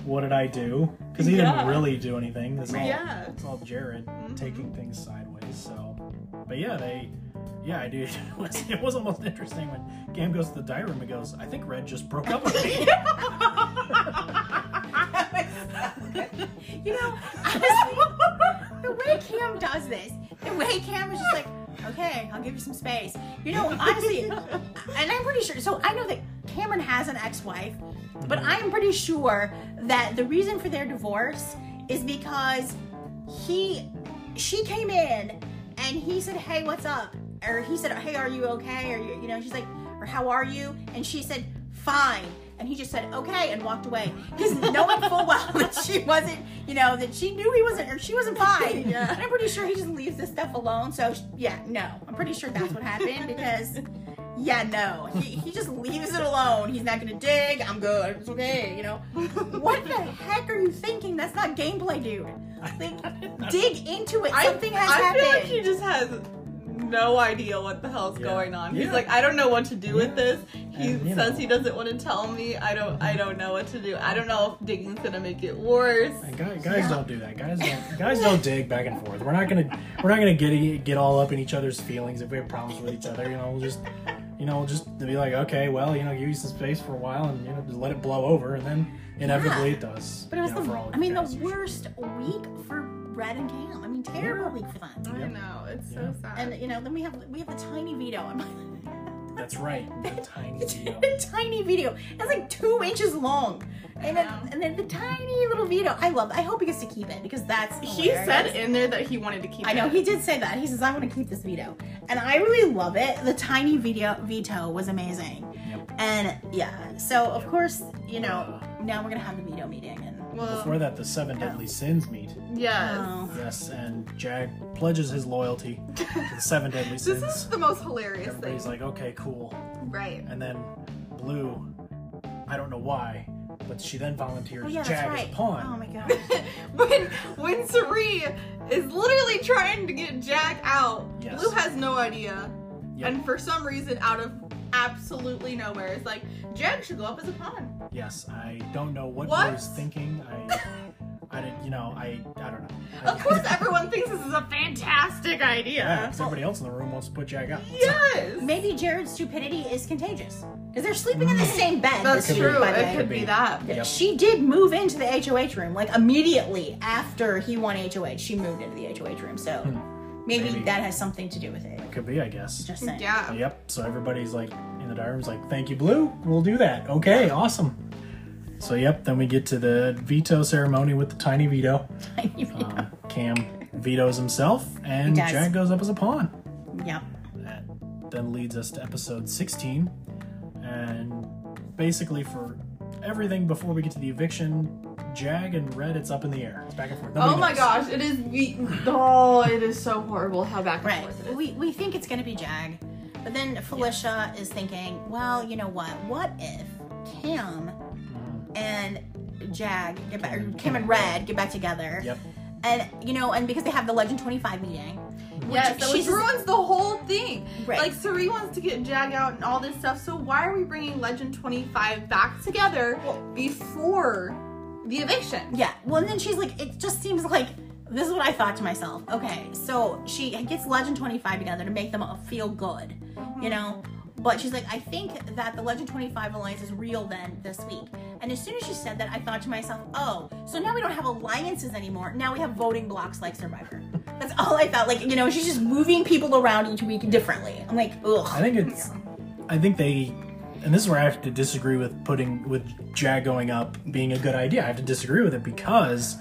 A: "What did I do?" Because he
C: Yeah.
A: didn't really do anything. This is all
C: Yeah.
A: It's all Jared
C: Mhm.
A: taking things sideways. So, but yeah, they, yeah, I do. It was, it was almost interesting when Cam goes to the diary room and goes, "I think Red just broke up with me."
B: You know, honestly, the way Cam does this, the way Cam is just like, okay, I'll give you some space. You know, honestly, and I'm pretty sure, so I know that Cameron has an ex wife, but I am pretty sure that the reason for their divorce is because he, she came in and he said, hey, what's up? Or he said, hey, are you okay? Or, you you know, she's like, or how are you? And she said, fine. And he just said, okay, and walked away. Because knowing full well that she wasn't, you know, that she knew he wasn't, or she wasn't fine.
C: Yeah.
B: And I'm pretty sure he just leaves this stuff alone. So, sh- yeah, no. I'm pretty sure that's what happened because, yeah, no. He, he just leaves it alone. He's not going to dig. I'm good. It's okay, you know. What the heck are you thinking? That's not gameplay, dude. Like, dig into it. Something
C: I,
B: has
C: I
B: happened.
C: feel like he just has no idea what the hell's
A: Yeah.
C: going on. He's
A: Yeah.
C: like, I don't know what to do with this. He
A: And, you
C: says
A: know.
C: he doesn't want to tell me. I don't. I don't know what to do. I don't know if digging's gonna make it worse.
A: And guy- guys, don't do that. Guys, don't, guys don't dig back and forth. We're not gonna, we're not gonna get get all up in each other's feelings if we have problems with each other. You know, we'll just, you know, we'll just be like, okay, well, you know, give you some space for a while, and you know, just let it blow over, and then inevitably
B: Yeah.
A: it does.
B: But it was
A: you know,
B: the,
A: for all of
B: I
A: you
B: mean, the
A: guys.
B: worst week for Brad and Cam. I mean, terrible week for them.
C: I
A: Yep.
C: know. It's
A: Yeah.
C: so sad.
B: And you know, then we have we have the tiny veto. I'm
A: That's right. The tiny deal.
B: the tiny veto. It's like two inches long, and then
C: Yeah.
B: and then the tiny little veto. I love. I hope he gets to keep it because that's
C: he said
B: hilarious.
C: in there that he wanted to keep.
B: I know
C: it.
B: he did say that. He says I want to keep this veto, and I really love it. The tiny veto veto was amazing,
A: Yep.
B: and yeah. So of course, you know, now we're gonna have the veto meeting, and
C: Well,
A: Before that, the seven deadly sins meet.
C: yes.
B: Oh.
A: Yes, and Jag pledges his loyalty to the seven deadly
C: This is
A: sins.
C: the most hilarious thing.
A: Everybody's like, okay, cool.
C: right.
A: And then Blue, I don't know why, but she then volunteers
B: oh yeah,
A: Jag
B: that's right.
A: as a
B: Oh
A: pawn.
B: my god.
C: when when Sari is literally trying to get Jack out,
A: Yes.
C: Blue has no idea,
A: Yep.
C: and for some reason, out of absolutely nowhere, it's like Jack should go up as a pawn.
A: yes, I don't know what,
C: What?
A: Blue's thinking. I, I didn't, you know, I, I don't know. I-
C: Of course, everyone thinks this is a fantastic
A: yeah,
C: idea.
A: 'cause everybody else in the room wants to put Jag out.
C: Yes,
B: Maybe Jared's stupidity is contagious. Because they're sleeping in the same bed.
C: that's
A: Mm. It could be-
C: true.
B: By the
C: It
B: way.
C: could be
A: be.
C: that.
A: Yep.
B: She did move into the HOH room, like immediately after he won HOH, she moved into the HOH room. So maybe,
A: Hmm. Maybe.
B: that has something to do with it.
A: Could be, I guess.
B: Just saying.
C: Yeah.
A: Yep. So everybody's like in the diary room's like, "Thank you, Blue. We'll do that. Okay, awesome." So yep. Then we get to the veto ceremony with the tiny veto. Um, Cam vetoes himself, and
B: He does.
A: Jack goes up as a pawn.
B: yeah.
A: That then leads us to episode 16, and basically for everything before we get to the eviction. Jag and Red, it's up in the air. It's back and forth. Nobody
C: Oh my
A: knows.
C: gosh, it is. We, oh, it is so horrible how back and
B: Right.
C: forth it is.
B: We, we think it's going to be Jag. But then Felicia is thinking, well, you know what? What if Cam and Jag get back, or Cam and Red get back together?
A: Yep.
B: And, you know, and because they have the Legend 25 meeting,
C: yes, that
B: she's-
C: which ruins the whole thing.
B: Right.
C: Like Suri wants to get Jag out and all this stuff. So why are we bringing Legend Twenty Five back together before the eviction?
B: Yeah. Well, and then she's like, it just seems like this is what I thought to myself. Okay, so she gets Legend 25 together to make them all feel good, you know? But she's like, I think that the Legend 25 alliance is real then this week. And as soon as she said that, I thought to myself, oh, so now we don't have alliances anymore. Now we have voting blocks like Survivor. That's all I felt. Like, you know, she's just moving people around each week differently. I'm like,
A: I
B: ugh.
A: think it's. I think they, and this is where I have to disagree with putting with Jag going up being a good idea. I have to disagree with it because,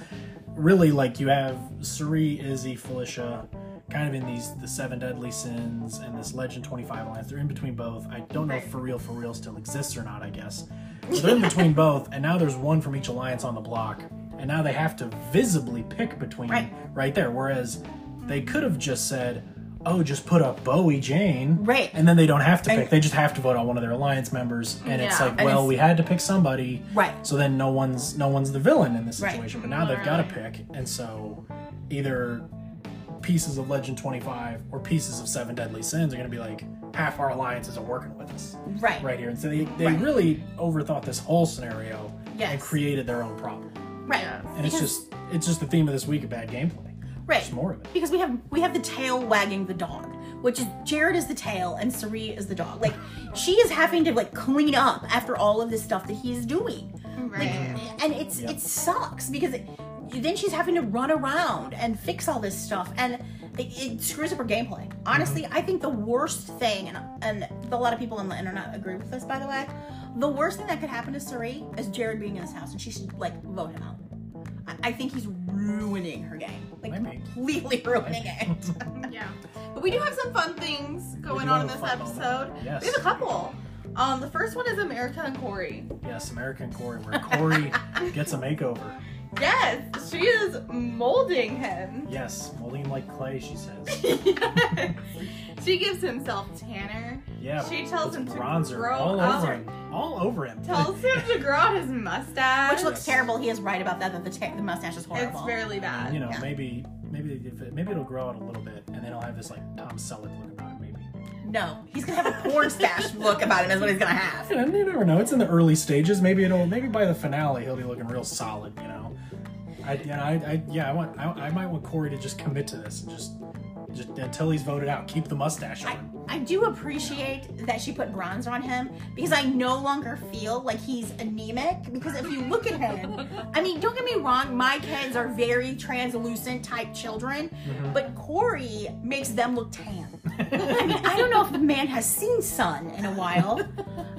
A: really, like you have Suri, Izzy, Felicia, kind of in these the seven deadly sins and this Legend Twenty Five alliance. They're in between both. I don't know if for real for real still exists or not. I guess but they're in between both, and now there's one from each alliance on the block, and now they have to visibly pick between
B: Right.
A: right there. Whereas they could have just said. Oh, just put up Bowie Jane.
B: Right.
A: And then they don't have to pick. they just have to vote on one of their alliance members. And it's
C: Yeah.
A: like,
B: And
A: well,
B: it's-
A: we had to pick somebody.
B: Right.
A: So then no one's no one's the villain in this
B: Right.
A: situation. But now they've got to pick. And so either pieces of Legend 25 or pieces of Seven Deadly Sins are going to be like half our alliances are working with us
B: Right.
A: right here. And so they, they
B: Right.
A: really overthought this whole scenario and
B: Yes.
A: created their own problem.
B: Right.
C: Yes.
A: And it's
B: Because-
A: just it's just the theme of this week of bad gameplay.
B: Right.
A: There's more of it.
B: because we have we have the tail wagging the dog which is jared is the tail and Sari is the dog like she is having to like clean up after all of this stuff that he is doing
C: Right.
B: and it's
A: Yep.
B: it sucks because it, then she's having to run around and fix all this stuff and it, it screws up her gameplay honestly i think the worst thing and, and a lot of people on the internet agree with this by the way the worst thing that could happen to Sari is jared being in his house and she should like vote him out I- I think he's ruining her game, like
A: Maybe.
B: completely ruining it.
C: Yeah. But we do have some fun things going on in
A: have
C: this
A: a fun moment.
C: episode.
A: Yes.
C: We have a couple. Um, the first one is America and Corey.
A: Yes, American Corey, where Corey gets a makeover.
C: Yes, she is molding him.
A: Yes, molding him like clay, she says.
C: she gives him self tanner.
A: Yeah.
C: She tells
A: puts
C: him to
A: bronzer
C: grow
A: all
C: up.
A: over him. All over him.
C: Tells him to grow out his mustache.
B: Which looks terrible. He is right about that. That the, ta- the mustache is horrible.
C: it's fairly bad.
A: you know,
B: Yeah.
A: maybe maybe they give it, maybe it'll grow out a little bit and then it'll have this like Tom Selleck look about it, maybe.
B: no, he's gonna have a porn stash look about him. Is what he's gonna have.
A: And you never know, it's in the early stages. Maybe it'll maybe by the finale he'll be looking real solid, you know. I you know, I, I yeah, I want I, I might want Corey to just commit to this and just just until he's voted out, keep the mustache
B: I,
A: on.
B: I do appreciate that she put bronzer on him because I no longer feel like he's anemic. Because if you look at him, I mean, don't get me wrong, my kids are very translucent type children,
A: Mm-hmm.
B: but Corey makes them look tan. I mean, I don't know if the man has seen sun in a while,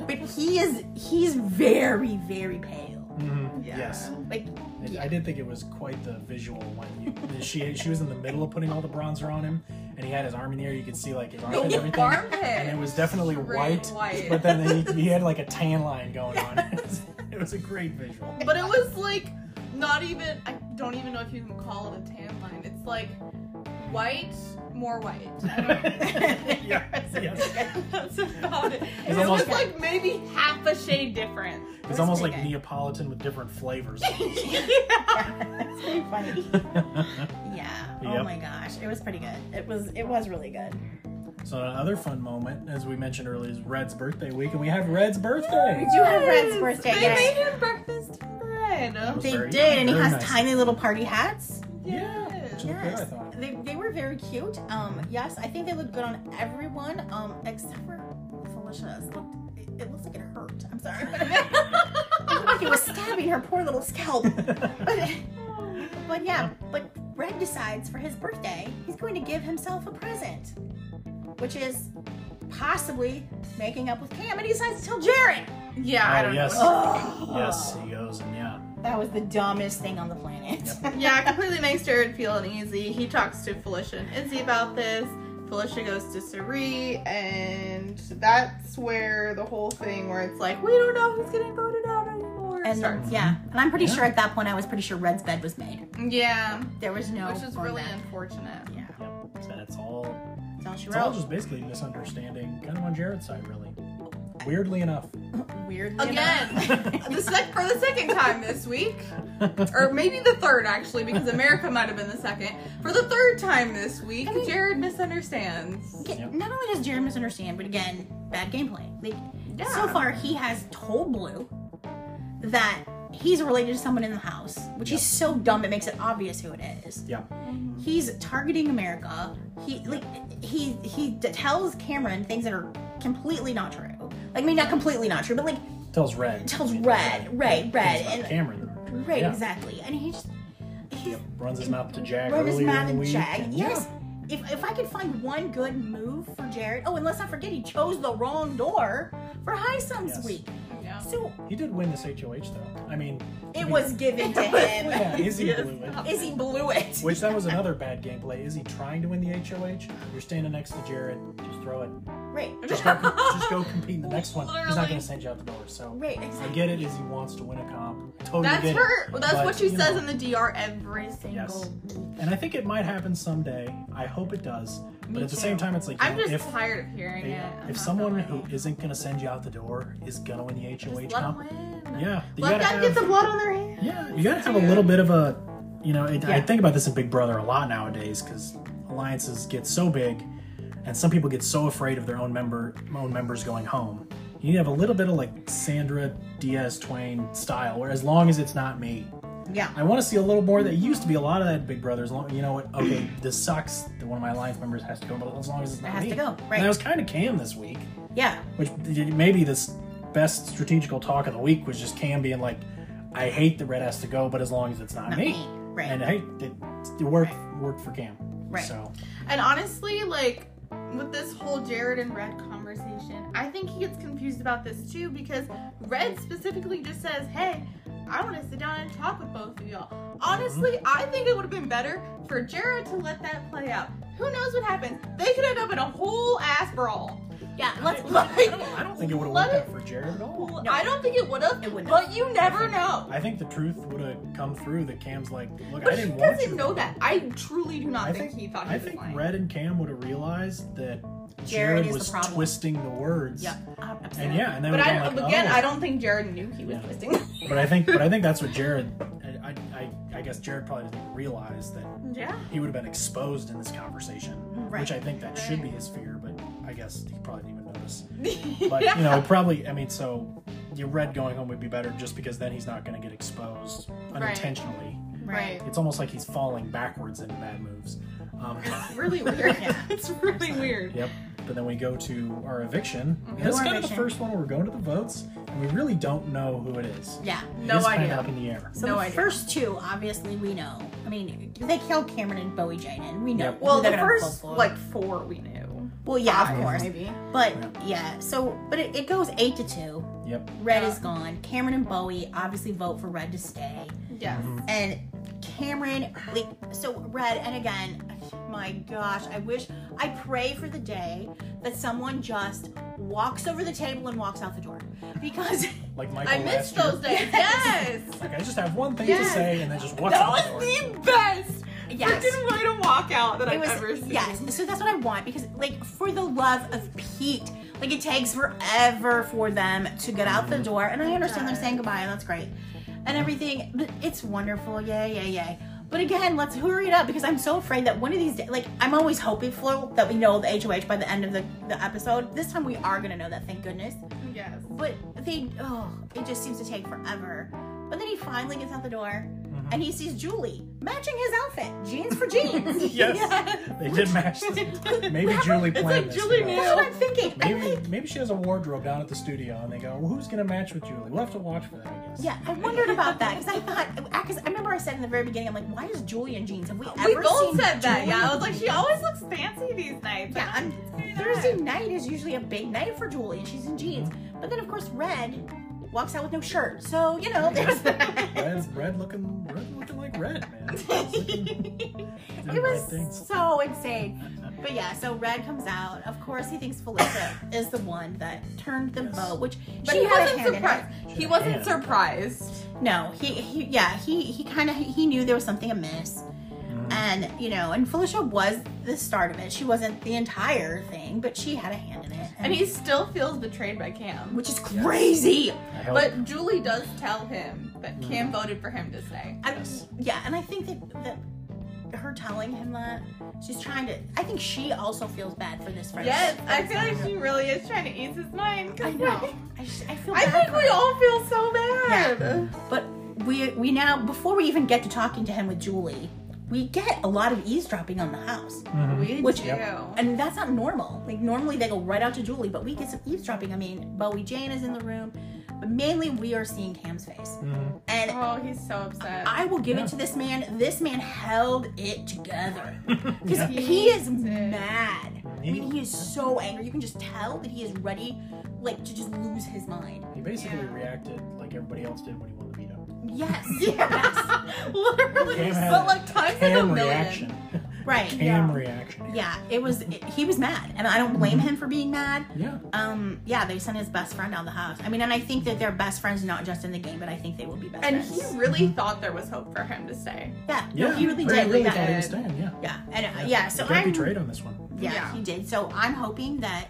B: but he is he's very, very pale.
A: Mhm,
C: Yeah.
A: Yes.
B: Like
A: I- I did think it was quite the visual when you, she she was in the middle of putting all the bronzer on him, and he had his arm in the air. You could see like his armpit and everything,
C: Armpit.
A: and it was definitely
C: Straight
A: white,
C: white.
A: But then he, he had like a tan line going on. It was, it was a great visual.
C: But it was like not even. I don't even know if you can call it a tan line. It's like white, more white. I don't know.
A: yeah, yes.
C: That's about it. It was
A: almost-
C: like maybe half a shade different.
A: It's almost like
B: pretty
A: Neapolitan with different flavors.
B: It's pretty funny. yeah. Oh
A: Yep.
B: my gosh. It was pretty good. It was it was really good.
A: so another fun moment, as we mentioned earlier, is Red's birthday week, and we have Red's birthday.
B: do have Red's birthday,
C: They
B: yes.
C: made his breakfast bread.
A: was
B: They
A: very-
B: did, and he
A: very
B: has
A: nice.
B: tiny little party hats.
A: Yeah. Looked good, I
B: Yes.
A: thought.
B: They, they were very cute. Um, yes, I think they looked good on everyone, um, except for Felicia's. Looked, it, it looks like it hurt. I'm sorry. it looked like it was stabbing her poor little scalp. But, but yeah, but Red decides for his birthday, he's going to give himself a present, which is possibly making up with Cam, and he decides to tell Jared.
C: Yeah,
A: Oh,
C: I don't
A: yes.
C: know.
A: Yes, he goes and yeah.
B: That was the dumbest thing on the planet.
C: Yeah, it completely makes Jared feel uneasy. He talks to Felicia and Izzy about this. Felicia goes to Sari, and that's where the whole thing where it's like, we don't know who's getting voted out anymore.
B: And
C: starts.
B: yeah, and I'm pretty
A: Yeah.
B: sure at that point I was pretty sure Red's bed was made.
C: Yeah.
B: There was no
C: Which is
B: going
C: really
B: back.
C: unfortunate.
B: yeah.
A: Yep. So that's all
B: That's all she
A: It's all
B: wrote.
A: just basically misunderstanding, kind of on Jared's side, really. Weirdly enough.
B: Weirdly enough.
C: Again, the sec- for the second time this week, or maybe the third actually, because America might have been the second. For the third time this week,
B: I mean-
C: Jared misunderstands.
B: Ge-
A: Yep.
B: Not only does Jared misunderstand, but again, bad gameplay. Like,
C: Yeah.
B: so far he has told Blue that he's related to someone in the house, which
A: Yep.
B: is so dumb it makes it obvious who it is.
A: yeah.
B: He's targeting America. He like he he d- tells Cameron things that are completely not true. Like, I mean, not completely not true, but like
A: Tells Red.
B: Tells
A: I mean,
B: Red, right,
A: Things
B: Red,
A: about
B: and-
A: Cameron. that are true.
B: right
A: Yeah.
B: exactly. And he just he's
A: Yep. Runs his mouth to Jag
B: Where is
A: earlier
B: Matt
A: in the
B: and
A: week.
B: Jag?
A: and-
B: Yes. If, if I could find one good move for Jared. Oh, and let's not forget he chose the wrong door for High Sums
A: Yes.
B: week.
C: Yeah.
B: So
A: Yeah. He did win this HOH though. I mean,
B: it was given to him.
A: yeah, Izzy
C: Yes.
A: blew it.
B: Izzy blew it.
A: Which that was another bad gameplay. Is he trying to win the HOH? You're standing next to Jared. Just throw it.
B: Right.
A: Just go, just go compete in the next one. He's not
C: Literally.
A: going to send you out the door. So
B: Right.
A: I
B: Exactly.
A: get it. Izzy wants to win a comp. I Totally
C: That's
A: get it.
C: her. Well, that's
A: But,
C: what she
A: you
C: says
A: know,
C: in the DR every single.
A: Yes. And I think it might happen someday. I hope it does. But
B: Me
A: at the
B: too.
A: same time, it's like you
C: I'm
A: know,
C: just
A: if
C: tired of hearing
A: they-
C: it. I'm
A: if
C: not
A: someone
C: gonna
A: who
C: lie.
A: isn't going to send you out the door is going to win the HOH
C: Just let 'em
A: comp,
C: win.
A: yeah, you
C: let
A: gotta
C: them get
A: have-
C: the blood on their hands.
A: Yeah, you gotta have a little bit of a, you know, it, I
B: Yeah.
A: think about this in Big Brother a lot nowadays because alliances get so big, and some people get so afraid of their own member, own members going home. You need to have a little bit of like Sandra Diaz Twain style, where as long as it's not me,
B: Yeah.
A: I want to see a little more. That used to be a lot of that Big Brothers. Long, you know what? Okay, this sucks. That one of my alliance members has to go, but as long as it's not
B: has
A: me,
B: to go, right.
A: And that was kind of Cam this week
B: Yeah.
A: which maybe this best strategical talk of the week was just Cam being like, "I hate the red has to go, but as long as it's not,
B: Not
A: me.
B: me, right.
A: And hey, it, it worked worked for Cam,
B: Right.
A: So
C: And honestly, like with this whole Jared and Red conversation, I think he gets confused about this too because Red specifically just says, "Hey, I want to sit down and talk with both of y'all." Honestly,
A: Mm-hmm.
C: I think it would have been better for Jared to let that play out. Who knows what happens? They could end up in a whole ass brawl.
B: Yeah. Let's
A: I, I
B: look.
A: don't, I don't think it would have
C: Let
A: worked out
C: it-
A: for Jared at all.
C: Well, I don't think it would have,
B: It wouldn't
C: but you never know.
A: I think the truth would have come through that Cam's like, "Look, I
C: But he
A: didn't want you."
C: doesn't know that. I truly do not
A: I
C: think, he thought he
A: I
C: was
A: think
C: lying.
A: Red and Cam would have realized that
B: Jared
A: Jared,
B: is the
A: was
B: problem.
A: twisting the words.
B: Yeah. I'm upset.
A: And yeah, and they
C: but
A: would've
C: I
A: been
C: don't,
A: like,
C: again,
A: oh.
C: I don't think Jared knew he was
A: Yeah.
C: twisting.
A: But I think, but I think that's what Jared. I, I, I, I guess Jared probably didn't even realize that
C: yeah.
A: he would have been exposed in this conversation,
B: Right.
A: which I think that should be his fear, but I guess he probably didn't even notice. But
C: yeah.
A: you know, probably I mean, so your red going home would be better just because then he's not going to get exposed unintentionally.
B: Right.
C: Right.
A: It's almost like he's falling backwards into bad moves. Um,
C: It's really weird.
B: Yeah.
C: It's really weird.
A: yep. But then we go to our eviction.
C: Mm-hmm.
A: This is
B: Our
A: kind of the
B: eviction.
A: first one where we're going to the votes, and we really don't know who it is.
B: Yeah.
C: No
A: it's kind
C: idea.
A: of up in the air.
B: So
C: No
B: the
C: idea.
B: first two, obviously, we know. I mean, they killed Cameron and Bowie Jaden. We know.
A: Yep.
C: Well,
B: They're
C: the
B: gonna have close
C: first
B: four.
C: like four we knew.
B: well, yeah, of
C: Five,
B: course.
C: Maybe.
B: But yeah, so but it, it goes eight to two.
A: Yep.
B: Red
C: Yeah.
B: is gone. Cameron and Bowie obviously vote for Red to stay.
C: Yes.
A: Mm-hmm.
B: And Cameron, like, so Red, and again, my gosh, I wish, I pray for the day that someone just walks over the table and walks out the door. Because
A: Like Michael
C: I miss
A: last year.
C: those days. Yes.
A: Like I just have one thing to
C: Yes.
A: say, and then just walk
C: that
A: out
C: was
A: the door.
C: the best
B: Yes.
C: freaking way to walk out that
B: it
C: I've
B: was,
C: ever seen.
B: yes, so that's what I want. Because, like, for the love of Pete, like, it takes forever for them to get out the door. And I understand they're saying goodbye, and that's great. And everything, but it's wonderful. Yay, yay, yay. But again, let's hurry it up because I'm so afraid that one of these days, like, I'm always hoping for that we know the HOH by the end of the, the episode. This time we are going to know that, thank goodness.
C: Yes.
B: But they, oh, it just seems to take forever. But then he finally gets out the door and he sees Julie matching his outfit, jeans for jeans.
A: Yes.
C: Yes.
A: They did match. This. Maybe Julie
C: It's
A: planned
C: like
A: this.
C: Julie
A: you know.
C: knew.
B: That's what I'm thinking. And, like,
A: Maybe maybe she has a wardrobe down at the studio, and they go, well, "Who's gonna match with Julie?" We'll have to watch for that, I guess.
B: yeah, I wondered about that because I thought, because I remember I said in the very beginning, I'm like, why is Julie in jeans? Have we ever
C: We both
B: seen
C: said that.
B: Julie
C: Yeah. I
B: in
C: was like, she
B: jeans?
C: always looks fancy these nights.
B: Yeah, on Thursday night is usually a big night for Julie, and she's in jeans. But then, of course, Red walks out with no shirt. So, you know, there's that.
A: Red, red looking, red looking like red, man. Doing red
B: It was
A: things.
B: so insane. But yeah, so Red comes out. Of course, he thinks Felicia is the one that turned the
A: Yes.
B: vote, which
C: But
B: she
C: he
B: had a
C: wasn't
B: hand in it.
C: surprised. He
A: had a
C: wasn't
A: hand.
C: surprised.
B: No, he, he yeah, he he kind of he knew there was something amiss. And you know, and Felicia was the start of it. She wasn't the entire thing, but she had a hand in it.
C: And he still feels betrayed by Cam.
B: which is crazy.
A: I hope.
C: But Julie does tell him that Cam
B: Mm-hmm.
C: voted for him to stay.
B: I- yeah, and I think that, that her telling him that she's trying to. I think she also feels bad for this friend.
C: Yes, I feel like she really is trying to ease his mind. 'cause,
B: I know.
C: like,
B: I, just- I feel.
C: I
B: Bad
C: think
B: for
C: we
B: her.
C: all feel so bad.
B: But we we now before we even get to talking to him with Julie, we get a lot of eavesdropping on the house,
A: Mm-hmm.
C: We
B: Which-
C: do.
B: and that's not normal. Like normally they go right out to Julie, but we get some eavesdropping. I mean, Bowie Jane is in the room, but mainly we are seeing Cam's face,
A: Mhm.
B: and
C: Oh, he's so upset.
B: I will give
A: Yeah.
B: it to this man. This man held it together because
A: Yeah.
B: he is
C: He did.
B: mad. I mean,
A: He-
B: he is so angry. You can just tell that he is ready, like to just lose his mind.
A: He basically
C: Yeah.
A: reacted like everybody else did when he won the meetup.
B: Yes, yes,
C: yeah. Literally.
A: Cam had
C: but like times like a
A: Cam
C: million.
A: reaction.
B: right.
A: Cam
C: Yeah.
A: reaction.
B: Yeah, it was. It, he was mad, and I don't blame him for being mad.
A: Yeah.
B: Um, yeah, they sent his best friend out the house. I mean, and I think that they're best friends not just in the game, but I think they will be best
C: And he
B: friends.
C: really thought there was hope for him to stay.
B: yeah,
A: Yeah.
B: no, he really
A: Ray
B: did.
A: really
B: yeah.
A: thought he was staying. Yeah.
B: yeah, and uh, yeah, so
A: He got
B: I'm
A: betrayed on this one.
B: yeah,
C: Yeah.
B: he did. So I'm hoping that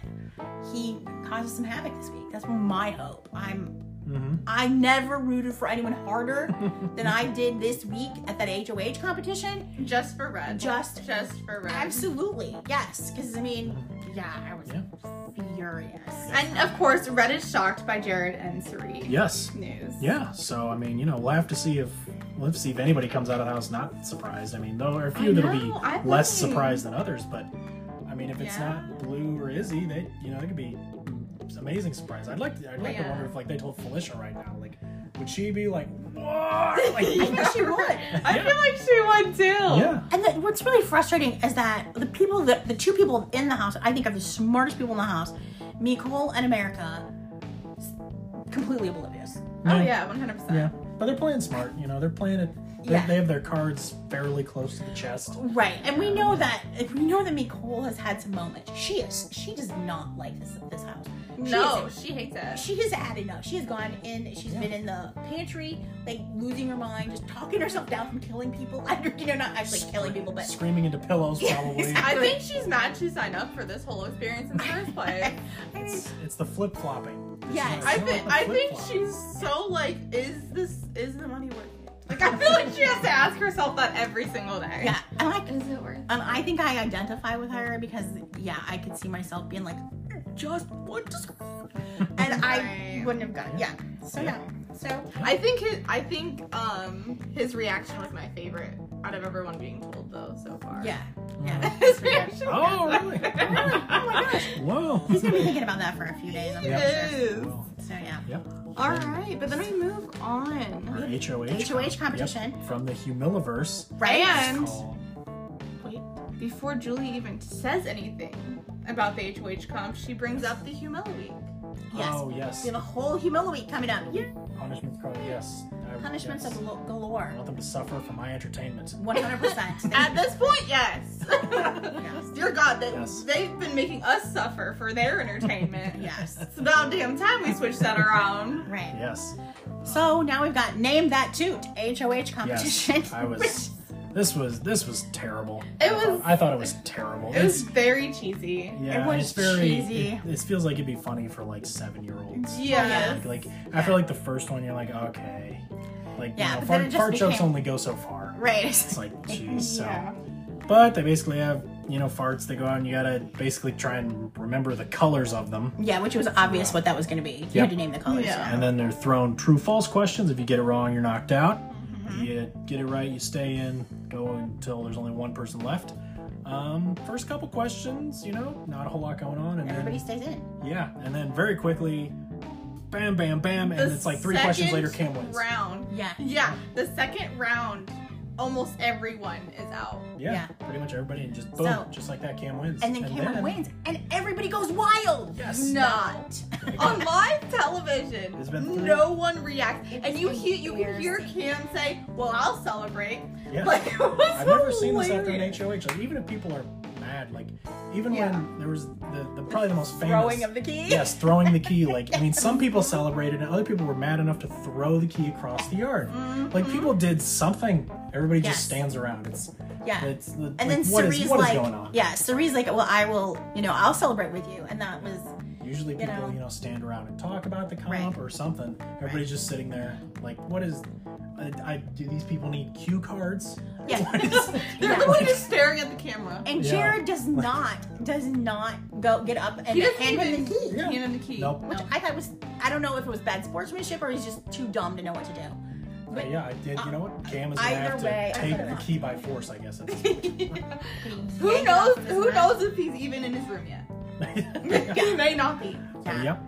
B: he causes some havoc this week. That's my hope. I'm
A: Mm-hmm.
B: I never rooted for anyone harder than I did this week at that HOH competition.
C: Just for red.
B: Just-
C: just for red.
B: Absolutely, yes. Because I mean, yeah, I was
A: Yeah.
B: furious.
C: And of course, Red is shocked by Jared and Sari
A: Yes.
C: news.
A: Yeah. So I mean, you know, we'll have to see if we'll have to see if anybody comes out of the house not surprised. I mean, though there are a few
C: I
A: that'll be
C: know, I
A: less
C: think-
A: surprised than others, but I mean, if it's
C: Yeah.
A: not Blue or Izzy, they you know they could be amazing surprise. I'd like to, I'd like to
C: Yeah.
A: wonder if like they told Felicia right now, like would she be like what? Like,
B: I think she would.
C: I feel like she would too. Oh,
A: yeah.
B: And that what's really frustrating is that the people that the two people in the house, I think, are the smartest people in the house, Nicole and America, s- completely oblivious.
C: Oh yeah, one hundred
A: Yeah.
C: percent.
A: But they're playing smart, you know. They're playing it. They,
B: Yeah.
A: they have their cards fairly close to the chest.
B: Right, and we know that if we know that Nicole has had some moments. She is she does not like this this house. She
C: No,
B: is-
C: she hates it.
B: she has had enough. She has gone in. She's
A: Yeah.
B: been in the pantry, like losing her mind, just talking herself down from killing people. I don't, you know, not actually killing people, but
A: Screaming into pillows,
B: Yeah,
A: probably.
C: I think she's mad she signed up for this whole experience in the first place.
A: It's, it's the flip flopping.
B: Yes.
C: I think I think she's so like, is this is the money worth it? Like I feel like she has to ask herself that every single day.
B: yeah, and I
C: Is it worth it?
B: Um, I think I identify with her because yeah, I could see myself being like, "I just want to scream, and I
C: Right.
B: wouldn't have done it. Yeah. So yeah. So
C: I think his, I think um his reaction was my favorite out of everyone being told though so far.
B: yeah, yeah.
C: His reaction.
A: Oh,
C: was-
A: really?
B: Oh my gosh,
A: Whoa.
B: he's gonna be thinking about that for a few days. I'm
C: He
B: pretty sure.
C: is.
A: Wow.
B: So yeah.
A: Yep.
C: All right, but then we move on.
A: Our HOH.
B: HOH
A: comp-
B: competition.
A: Yep. From the Humiliverse.
B: Right.
C: And-
A: called-
C: Wait, before Julie even says anything about the HOH comp, she brings up the Humility Week.
B: Yes.
A: Oh, yes.
B: We have a whole Humility Week coming up. Yeah.
A: Punishments. Called, yes. I-
B: Punishments
A: yes.
B: of lo-
A: I
B: galore.
A: want them to suffer for my entertainment.
B: 100%.
C: At this point, yes.
B: Yes.
C: Dear God, they,
A: Yes.
C: they've been making us suffer for their entertainment.
B: Yes.
C: It's about damn time we switched that around.
B: Right.
A: Yes.
B: So now we've got Name That Toot, HOH competition.
A: Yes. I was. This was this was terrible.
C: It
A: I thought-
C: was-
A: I thought it was terrible.
C: It was very cheesy.
A: Yeah,
B: It was
A: it's very.
B: cheesy.
A: It, it feels like it'd be funny for like seven year olds.
C: Yes.
A: Like after like the first one, you're like, okay, like
B: Yeah,
A: you know,
B: but then
A: fart,
B: it just
A: fart jokes
B: became-
A: only go so far.
B: Right.
A: It's like, geez,
C: Yeah.
A: so. But they basically have you know farts. They go out and you gotta basically try and remember the colors of them.
B: Yeah, which was obvious what that was going to be. You
A: Yep.
B: had to name the colors.
C: Yeah.
A: And then they're thrown true false questions. If you get it wrong, you're knocked out.
B: Mm-hmm.
A: You get it right, you stay in. Go until there's only one person left. Um, first couple questions, you know, not a whole lot going on, and then
B: Everybody stays in.
A: Yeah, and then very quickly, bam, bam, bam, and
C: The
A: it's like three questions
C: second
A: later, Cam wins.
C: Round.
B: Yeah.
C: Yeah, the second round, almost everyone is out.
A: Yeah,
B: Yeah.
A: pretty much everybody, and just boom,
B: So-
A: just like that, Cam wins.
B: And then Cameron wins, and everybody goes wild.
A: Yes.
C: Not.
B: Oh,
C: On live television,
A: It's been three-
C: no one reacts, and you hear you can hear
B: embarrassing.
C: Cam say, "Well, I'll celebrate."
A: Yeah.
C: Like it was
A: I've never seen this after an
C: hilarious.
A: HOH. Like even if people are mad, like even
C: Yeah.
A: when there was the, the probably the most famous
B: Throwing of the key.
A: yes throwing the key. Like I mean, some people celebrated, and other people were mad enough to throw the key across the yard. Like people did something. Everybody
B: Mm-hmm. Yes.
A: just stands around. It's
B: Yeah.
A: it's the,
B: and
A: like,
B: then
A: what is-
B: Cerise's
A: what is
B: like,
A: going on?
B: yeah, Cerise's like, well, I will, you know, I'll celebrate with you, and that was
A: Usually people, you know,
B: know.
A: stand around and talk about the comp
B: Right.
A: or something. Everybody's
B: Right.
A: just sitting there like, what is. I, I, do these people need cue cards?
B: Yeah.
A: What is-
C: They're literally just staring at the camera.
B: And
A: Yeah.
B: Jared does not does not go get up and
C: He doesn't
B: hand him
C: even-
B: the key.
A: Yeah.
C: Hand him the key.
A: Nope.
B: Which I thought was I don't know if it was bad sportsmanship or he's just too dumb to know what to do.
A: But yeah, I did. You know what? Cam is gonna
B: Either
A: have to
B: way, I
A: take
B: don't
A: the
B: know.
A: key by force, I guess. At this point.
C: Who
B: Yank it off
C: knows?
B: of his
C: Who
B: neck.
C: knows if he's even in his room yet? he may not be.
B: Yeah.
A: Yep.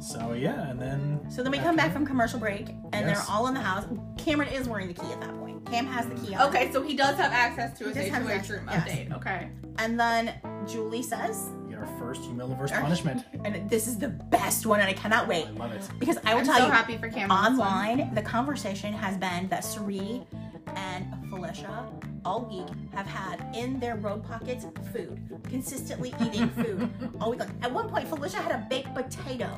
A: So yeah, and then
B: So then we come back from commercial break
A: Yes.
B: and they're all in the house. Cameron is wearing the key at that point. Cam has the key. On
C: Okay, so he does have access to his
B: does have
C: HOH
B: access,
C: room
B: yes.
C: update. Okay.
B: And then Julie says,
A: we get our first Humiliverse punishment.
B: and this is the best one, and I cannot wait
A: I love it.
B: because I will
C: I'm
B: tell
C: so
B: you,
C: happy for Cameron. on this one.
B: online, the conversation has been that Sari and Felicia all week have had in their road pockets food, consistently eating food all week. long. At one point, Felicia had a baked potato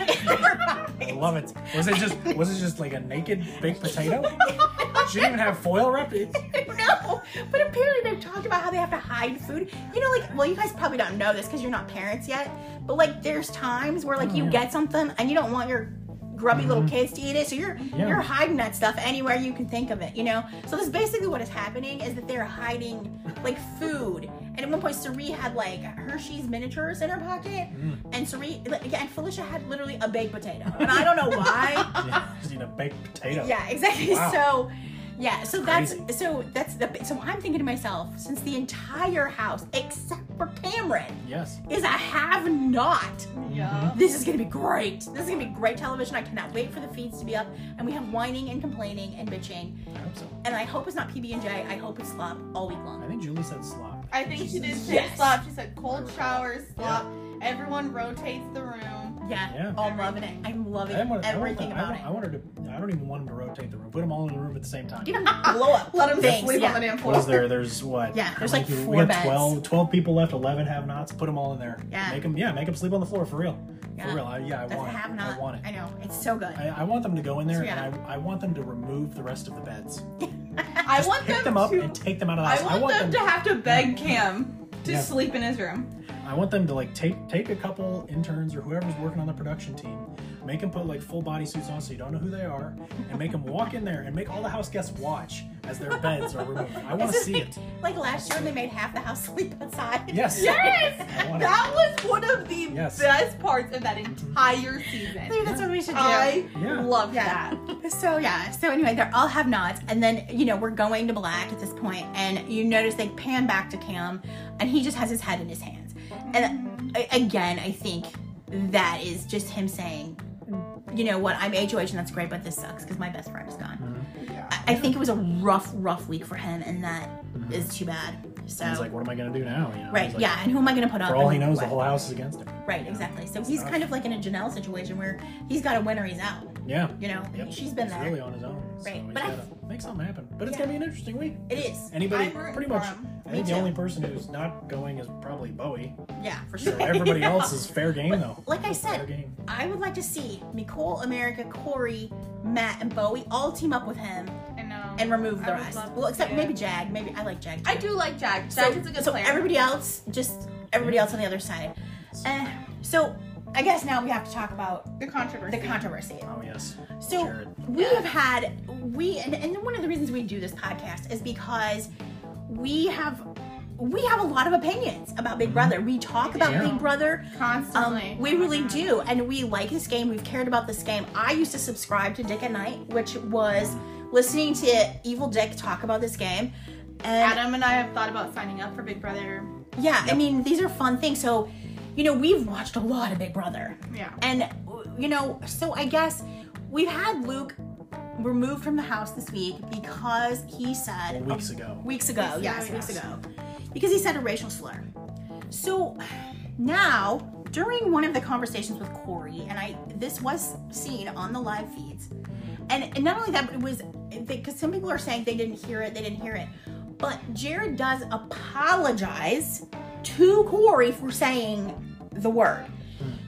B: in her
A: I
B: pocket.
A: love it. Was it just was it just like a naked baked potato? she didn't even have foil wrap. It,
B: No, but apparently they've talked about how they have to hide food. You know, like, well, you guys probably don't know this because you're not parents yet, but like, there's times where like you get something and you don't want your grubby little kids to eat it, so you're
A: Yeah.
B: you're hiding that stuff anywhere you can think of it. You know, so this is basically what is happening is that they're hiding like food. And at one point, Sari had like Hershey's miniatures in her pocket, and Sari like, and Felicia had literally a baked potato, and I don't know why.
A: yeah, just eat a baked potato.
B: Yeah, exactly.
A: Wow.
B: So, yeah, so that's
A: Crazy.
B: so that's the so I'm thinking to myself, since the entire house except for Cameron
A: Yes.
B: is a have not,
C: Yeah.
B: this is gonna be great. This is gonna be great television. I cannot wait for the feeds to be up, and we have whining and complaining and bitching.
A: I hope so.
B: And I hope it's not PB and J. I hope it's slop all week
A: I
B: long.
A: think Julie said slop.
C: I think she did say
B: Yes.
C: slop. She said cold showers, slop. Everyone rotates the room.
B: Yeah,
A: Yeah.
B: I'm loving it. I'm loving
A: I want,
B: everything
A: I want,
B: about
A: I want, I want her to. I don't even want them to rotate the room. Put them all in the room at the same time.
B: it. Get him blow up.
C: Let him
B: Thanks,
C: sleep
B: yeah.
C: on the damn floor.
A: What is there? There's what?
B: Yeah, there's like
A: we-
B: four
A: we
B: beds.
A: got 12, 12 people left. Eleven have nots. Put them all in there.
B: Yeah.
A: Make them. Yeah. Make them sleep on the floor for real.
B: Yeah.
A: For real. I, yeah. I
B: Doesn't
A: want.
B: have
A: it.
B: not.
A: I want it.
B: I know it's so good.
A: I, I want them to go in there,
B: So, yeah.
A: and I, I want them to remove the rest of the beds.
C: I want
A: Pick
C: them,
A: them up
C: to.
A: and take them out of the house.
C: I want, them, to have to beg Cam to
A: Yeah.
C: sleep in his room.
A: I want them to like take take a couple interns or whoever's working on the production team, make them put like full body suits on so you don't know who they are, and make them walk in there and make all the house guests watch as their beds are removed. I want to
B: It's
A: see
B: like,
A: it.
B: Like last year, they made half the house sleep outside.
A: Yes. I want it.
C: that was one of the
A: Yes.
C: best parts of that entire season.
B: Maybe that's what we should do.
C: I
A: Yeah.
C: love
B: yeah.
C: that.
B: So yeah. So anyway, they all have nods, and then you know we're going to black at this point, and you notice they pan back to Cam, and he just has his head in his hands,
C: Mm-hmm.
B: and a- again, I think that is just him saying, you know what, I'm HOH and that's great, but this sucks because my best friend is gone.
A: Mm-hmm.
B: I-, I think it was a rough, rough week for him, and that is too bad. So
A: He's Mm-hmm. like, what am I gonna do now? You know,
B: right,
A: he's like,
B: yeah. And who am I going to put up?
A: For all he
B: and
A: knows, the
B: what?
A: whole house is against him.
B: Right, exactly. So he's kind of like in a Janelle situation where he's got a winner, he's out.
A: Yeah.
B: You know,
A: Yep.
B: she's been
A: he's
B: there.
A: really on his own. So
B: Right,
A: he's
B: but I-
A: gotta make something happen. But it's
B: Yeah.
A: gonna be an interesting week.
B: It is.
A: Anybody,
C: I'm rooting
A: pretty
C: for
A: much.
C: him.
A: I
B: Me
A: think
B: too.
A: the only person who's not going is probably Bowie.
B: Yeah, for
A: So
B: sure.
A: everybody
B: Yeah.
A: else is fair game, though.
B: Like I
A: Fair
B: said,
A: game.
B: I would like to see Nicole, America, Corey, Matt, and Bowie all team up with him
C: I know.
B: and remove the
C: I would
B: rest.
C: love to
B: Well, except
C: see it.
B: maybe Jag. Maybe I like Jag.
C: I do like Jack. Jack
B: So,
C: is a good
B: so
C: player.
B: everybody else, just everybody else on the other side. Uh, so I guess now we have to talk about
C: the controversy.
B: the controversy.
A: Oh yes.
B: So
A: Jared.
B: we have had we and, and one of the reasons we do this podcast is because we have we have a lot of opinions about Big Brother. We talk about
A: Yeah.
B: Big Brother.
C: constantly.
B: Um, we really do, and we like this game. We've cared about this game. I used to subscribe to Dick at Night, which was listening to Evil Dick talk about this game. And
C: Adam and I have thought about signing up for Big Brother.
B: yeah, I mean, these are fun things. So, you know, we've watched a lot of Big Brother.
C: Yeah.
B: And, you know, so I guess we've had Luke removed from the house this week because he said
A: Weeks
C: um,
A: ago.
B: weeks ago,
C: ago,
B: yes,
C: yes.
B: weeks ago, because he said a racial slur. So now, during one of the conversations with Corey, and I, this was seen on the live feeds, and, and not only that, but it was because some people are saying they didn't hear it, they didn't hear it, but Jared does apologize to Corey for saying the word.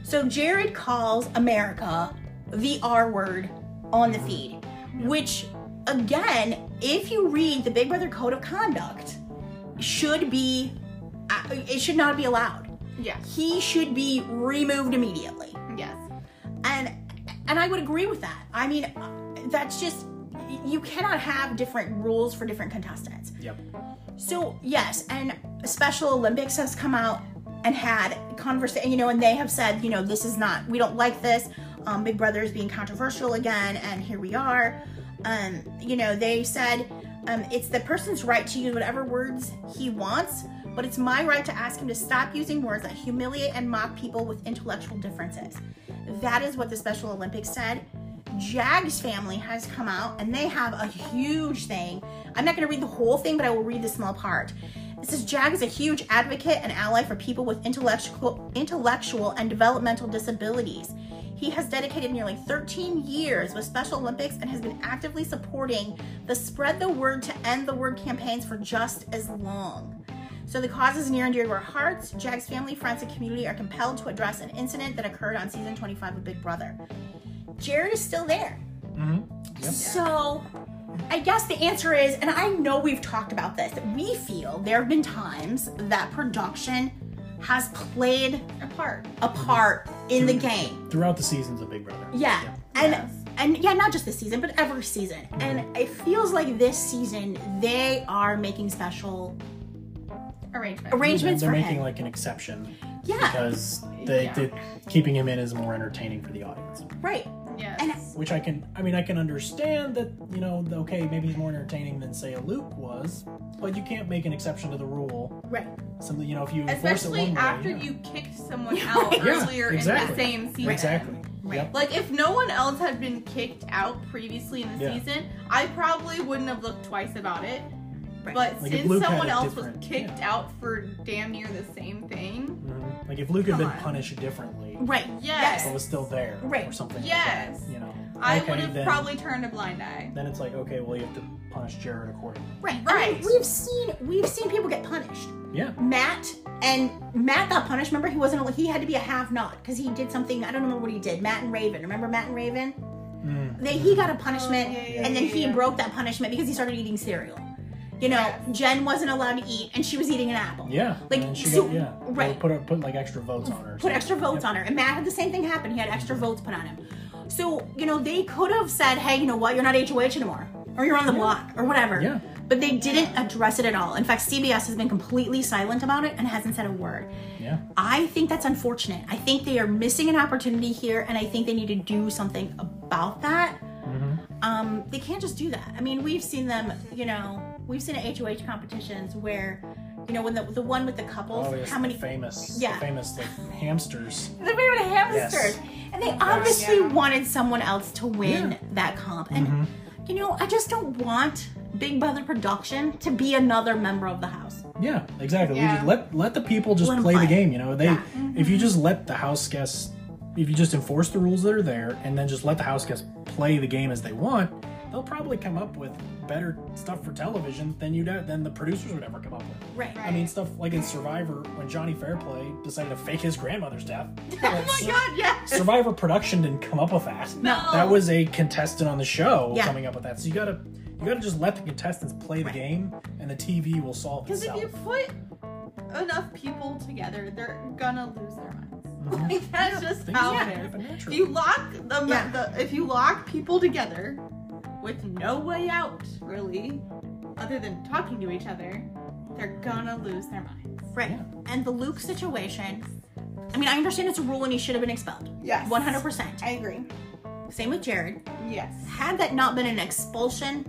B: So Jared calls America the R word on the feed, which again, if you read the Big Brother Code of Conduct, should be uh, it should not be allowed.
C: Yeah.
B: He should be removed immediately.
C: Yes.
B: And and I would agree with that. I mean, that's just you cannot have different rules for different contestants.
A: Yep.
B: So yes, and Special Olympics has come out and had conversation, you know, and they have said, you know, this is not, we don't like this. Um, Big Brother is being controversial again, and here we are. Um, you know, they said um, it's the person's right to use whatever words he wants, but it's my right to ask him to stop using words that humiliate and mock people with intellectual differences. That is what the Special Olympics said. Jag's family has come out and they have a huge thing. I'm not going to read the whole thing, but I will read the small part. It says Jag is a huge advocate and ally for people with intellectual, intellectual and developmental disabilities. He has dedicated nearly 13 years with Special Olympics and has been actively supporting the Spread the Word to End the Word campaigns for just as long. So the cause is near and dear to our hearts. Jag's family, friends, and community are compelled to address an incident that occurred on season 25 of Big Brother. Jared is still there. So I guess the answer is, and I know we've talked about this, that we feel there have been times that production has played
C: A part.
B: a part in the game.
A: Throughout the seasons of Big Brother.
B: Mm-hmm. Yeah. Mm-hmm. And
C: Yes.
B: and yeah, not just this season, but every season. And it feels like this season they are making special
C: Arrangement.
B: arrangements
A: They're
B: for
A: making
B: him.
A: like an exception
B: yeah,
A: because they,
C: Yeah.
A: they- keeping him in is more entertaining for the audience.
B: right.
C: Yes.
B: And
A: Which I can, I mean, I can understand that you know, okay, maybe he's more entertaining than say a Luke was, but you can't make an exception to the rule.
B: right.
A: Something you know, if you enforce
C: Especially
A: it one way,
C: after
A: yeah.
C: you kicked someone out
A: Yeah,
C: earlier
A: exactly.
C: in the same season.
A: exactly, yep,
C: Like if no one else had been kicked out previously in the
A: Yeah.
C: season, I probably wouldn't have looked twice about it.
B: Right.
C: But
A: Like, if
C: since
A: Luke had
C: someone
A: it
C: else was
A: different,
C: kicked out for damn near the same thing.
A: Mhm. like if Luke had
C: Come
A: been
C: on.
A: punished differently,
B: Right.
C: Yes.
A: but was still there,
B: Right.
A: or something. like that,
C: Yes.
A: you know,
C: I
A: okay,
C: would have
A: then-
C: probably turned a blind eye.
A: Then it's like, okay, well, you have to punish Jared accordingly.
B: Right. I mean,
C: Right.
B: we've seen we've seen people get punished.
A: Yeah,
B: Matt and Matt got punished. Remember, he wasn't. He had to be a half not because he did something. I don't remember what he did. Matt and Raven. Remember Matt and Raven?
A: Mm.
B: They, he got a punishment,
C: Oh, yeah, yeah,
B: and then
C: yeah,
B: he
C: yeah.
B: broke that punishment because he started eating cereal. You know, Jen wasn't allowed to eat, and she was eating an apple.
A: yeah.
B: Like,
A: and she
B: so-
A: got, yeah, Or
B: right.
A: Put a- put like extra votes on her. or
B: Put
A: something.
B: extra votes on her, and Matt had the same thing happen. He had extra votes put on him. So you know, they could have said, "Hey, you know what? You're not HOH anymore, or you're on the block, or whatever."
A: Yeah.
B: But they didn't address it at all. In fact, CBS has been completely silent about it and hasn't said a word.
A: Yeah,
B: I think that's unfortunate. I think they are missing an opportunity here, and I think they need to do something about that.
A: Mm-hmm.
B: Um, they can't just do that. I mean, we've seen them, you know, we've seen at HOH competitions where, you know, when the, the one with the couples,
A: oh, yes,
B: how many
A: the famous,
B: Yeah.
A: the famous like hamsters.
B: the favorite hamsters. And they obviously
C: Yeah.
B: wanted someone else to win
A: Yeah. Mm-hmm.
B: that comp. And you know, I just don't want Big Brother Production to be another member of the house.
A: Yeah, exactly. We
C: Yeah.
A: just let let the people just
B: Let 'em
A: play,
B: play.
A: the game. You know, they
B: Yeah. Mm-hmm.
A: if you just let the house guests, if you just enforce the rules that are there, and then just let the house guests play the game as they want, they'll probably come up with better stuff for television than you than the producers would ever come up with.
B: Right.
A: I mean, stuff like in Survivor when Johnny Fairplay decided to fake his grandmother's death.
C: Oh my god, yes.
A: Survivor production didn't come up with that.
B: No.
A: That was a contestant on the show
B: Yeah.
A: coming up with that. So you gotta you gotta just let the contestants play the game, and the TV will solve
C: Because if
A: itself.
C: you put enough people together, they're gonna lose their minds. Like that's just
A: Uh-huh. Things
C: how
A: just
C: it is.
A: happen naturally.
C: If you lock the,
B: Yeah.
C: the if you lock people together with no way out, really, other than talking to each other, they're gonna lose their minds.
B: Right. And the Luke situation, I mean, I understand it's a rule and he should have been expelled.
C: Yes.
B: 100%.
C: agree.
B: Same with Jared.
C: Yes.
B: Had that not been an expulsion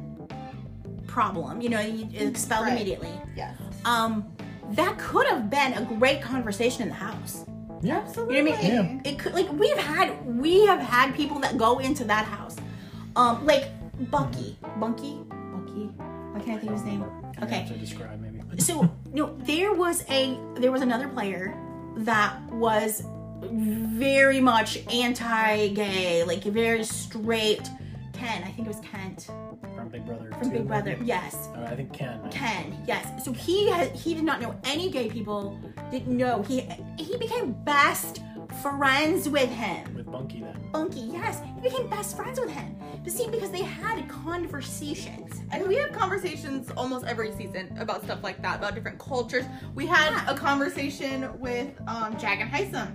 B: problem, you know, you expelled
C: Right.
B: immediately,
C: Yes.
B: um, that could have been a great conversation in the house.
A: Yeah.
C: Absolutely.
B: You know what I mean?
A: Yeah.
B: It could like we've had we have had people that go into that house, um, like Bucky, Bunky, Bucky. Why can't I think of his name?
A: You'd
B: Okay,
A: have to describe maybe.
B: so no there was a there was another player that was very much anti-gay like very straight ken i think it was kent
A: From Big Brother.
B: from
A: too,
B: big brother
A: maybe.
B: yes
A: Uh, I think Ken. right?
B: ken yes so he had he did not know any gay people didn't know he he became best friends with him
A: With Bunky then.
B: Bunky, yes, he became best friends with him. But see, because they had conversations.
C: And we have conversations almost every season about stuff like that, about different cultures. We had a conversation with um, Jag and Heisem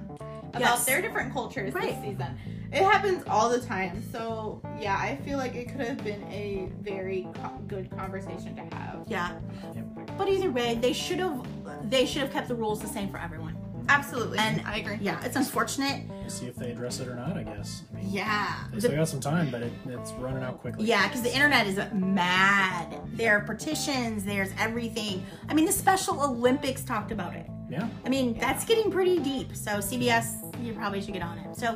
C: about
B: Yes.
C: their different cultures
B: Right.
C: this season. It happens all the time. So, yeah, I feel like it could have been a very co- good conversation to have.
B: Yeah. But either way, they should have they should have kept the rules the same for everyone.
C: Absolutely.
B: And-
C: I agree.
B: Yeah, it's unfortunate.
A: We'll see if they address it or not. I guess. I mean,
B: Yeah.
A: they still got some time, but it, it's running out quickly.
B: Yeah, because the internet is mad. There are petitions, there's everything. I mean, the Special Olympics talked about it.
A: Yeah.
B: I mean, that's getting pretty deep. So, CBS, you probably should get on it. So,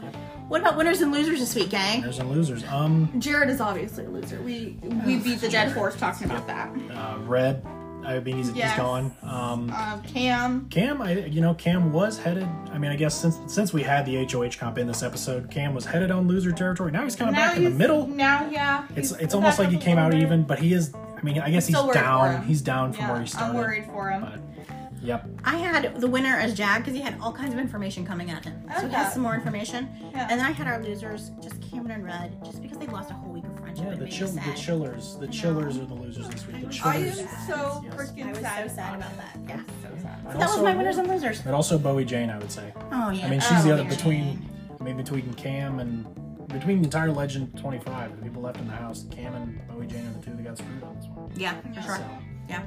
B: what about winners and losers this week, gang?
A: There's and losers. Um,
C: Jared is obviously a loser. We we beat the dead horse talking about that.
A: uh, Red. I mean, he's,
C: Yes.
A: he's gone. Um,
C: Um, Cam.
A: Cam, I you know Cam was headed. I mean, I guess since since we had the HOH comp in this episode, Cam was headed on loser territory. Now he's kind of back in the middle.
C: Now, yeah.
A: It's
C: he's
A: it's almost
C: back
A: like he
C: up a
A: came out
C: little bit.
A: even, but he is. I mean, I guess he's
C: still worried for
A: down.
C: him.
A: He's down from
C: Yeah,
A: where he started.
C: I'm worried for him.
A: But, yep.
B: I had the winner as Jag because he had all kinds of information coming at him. So, he
C: Okay.
B: has some more information.
C: Yeah.
B: And then I had our losers, just Cameron and Red, just because they lost a whole week of friendship.
A: Yeah,
B: it
A: the,
B: made me
A: chill, the
B: sad.
A: chillers, the chillers are the losers this week. The
C: I am
A: chillers.
C: so
A: Yes.
B: I
C: freaking
B: was so
C: sad,
B: sad about that. Yeah.
C: So sad.
B: So that was
A: also-
B: my winners and losers.
A: But also Bowie Jane, I would say.
B: Oh yeah.
A: I mean,
B: Oh,
A: she's the other
B: yeah.
A: between. I mean, between Cam and between the entire Legend 25, the people left in the house, Cam and Bowie Jane are the two that got screwed on this one.
B: Yeah, for
C: Yeah.
B: sure.
A: So,
B: Yeah.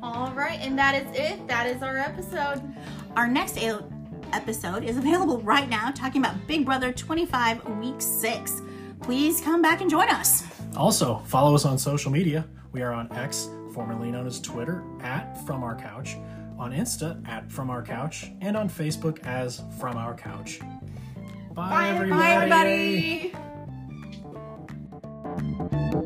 C: All right, and that is it. That is our episode.
B: Our next a- episode is available right now, talking about Big Brother 25, Week 6. Please come back and join us.
A: Also, follow us on social media. We are on X, formerly known as Twitter, at From Our Couch, on Insta, at From Our Couch, and on Facebook as From Our Couch. Bye,
C: Bye, everybody.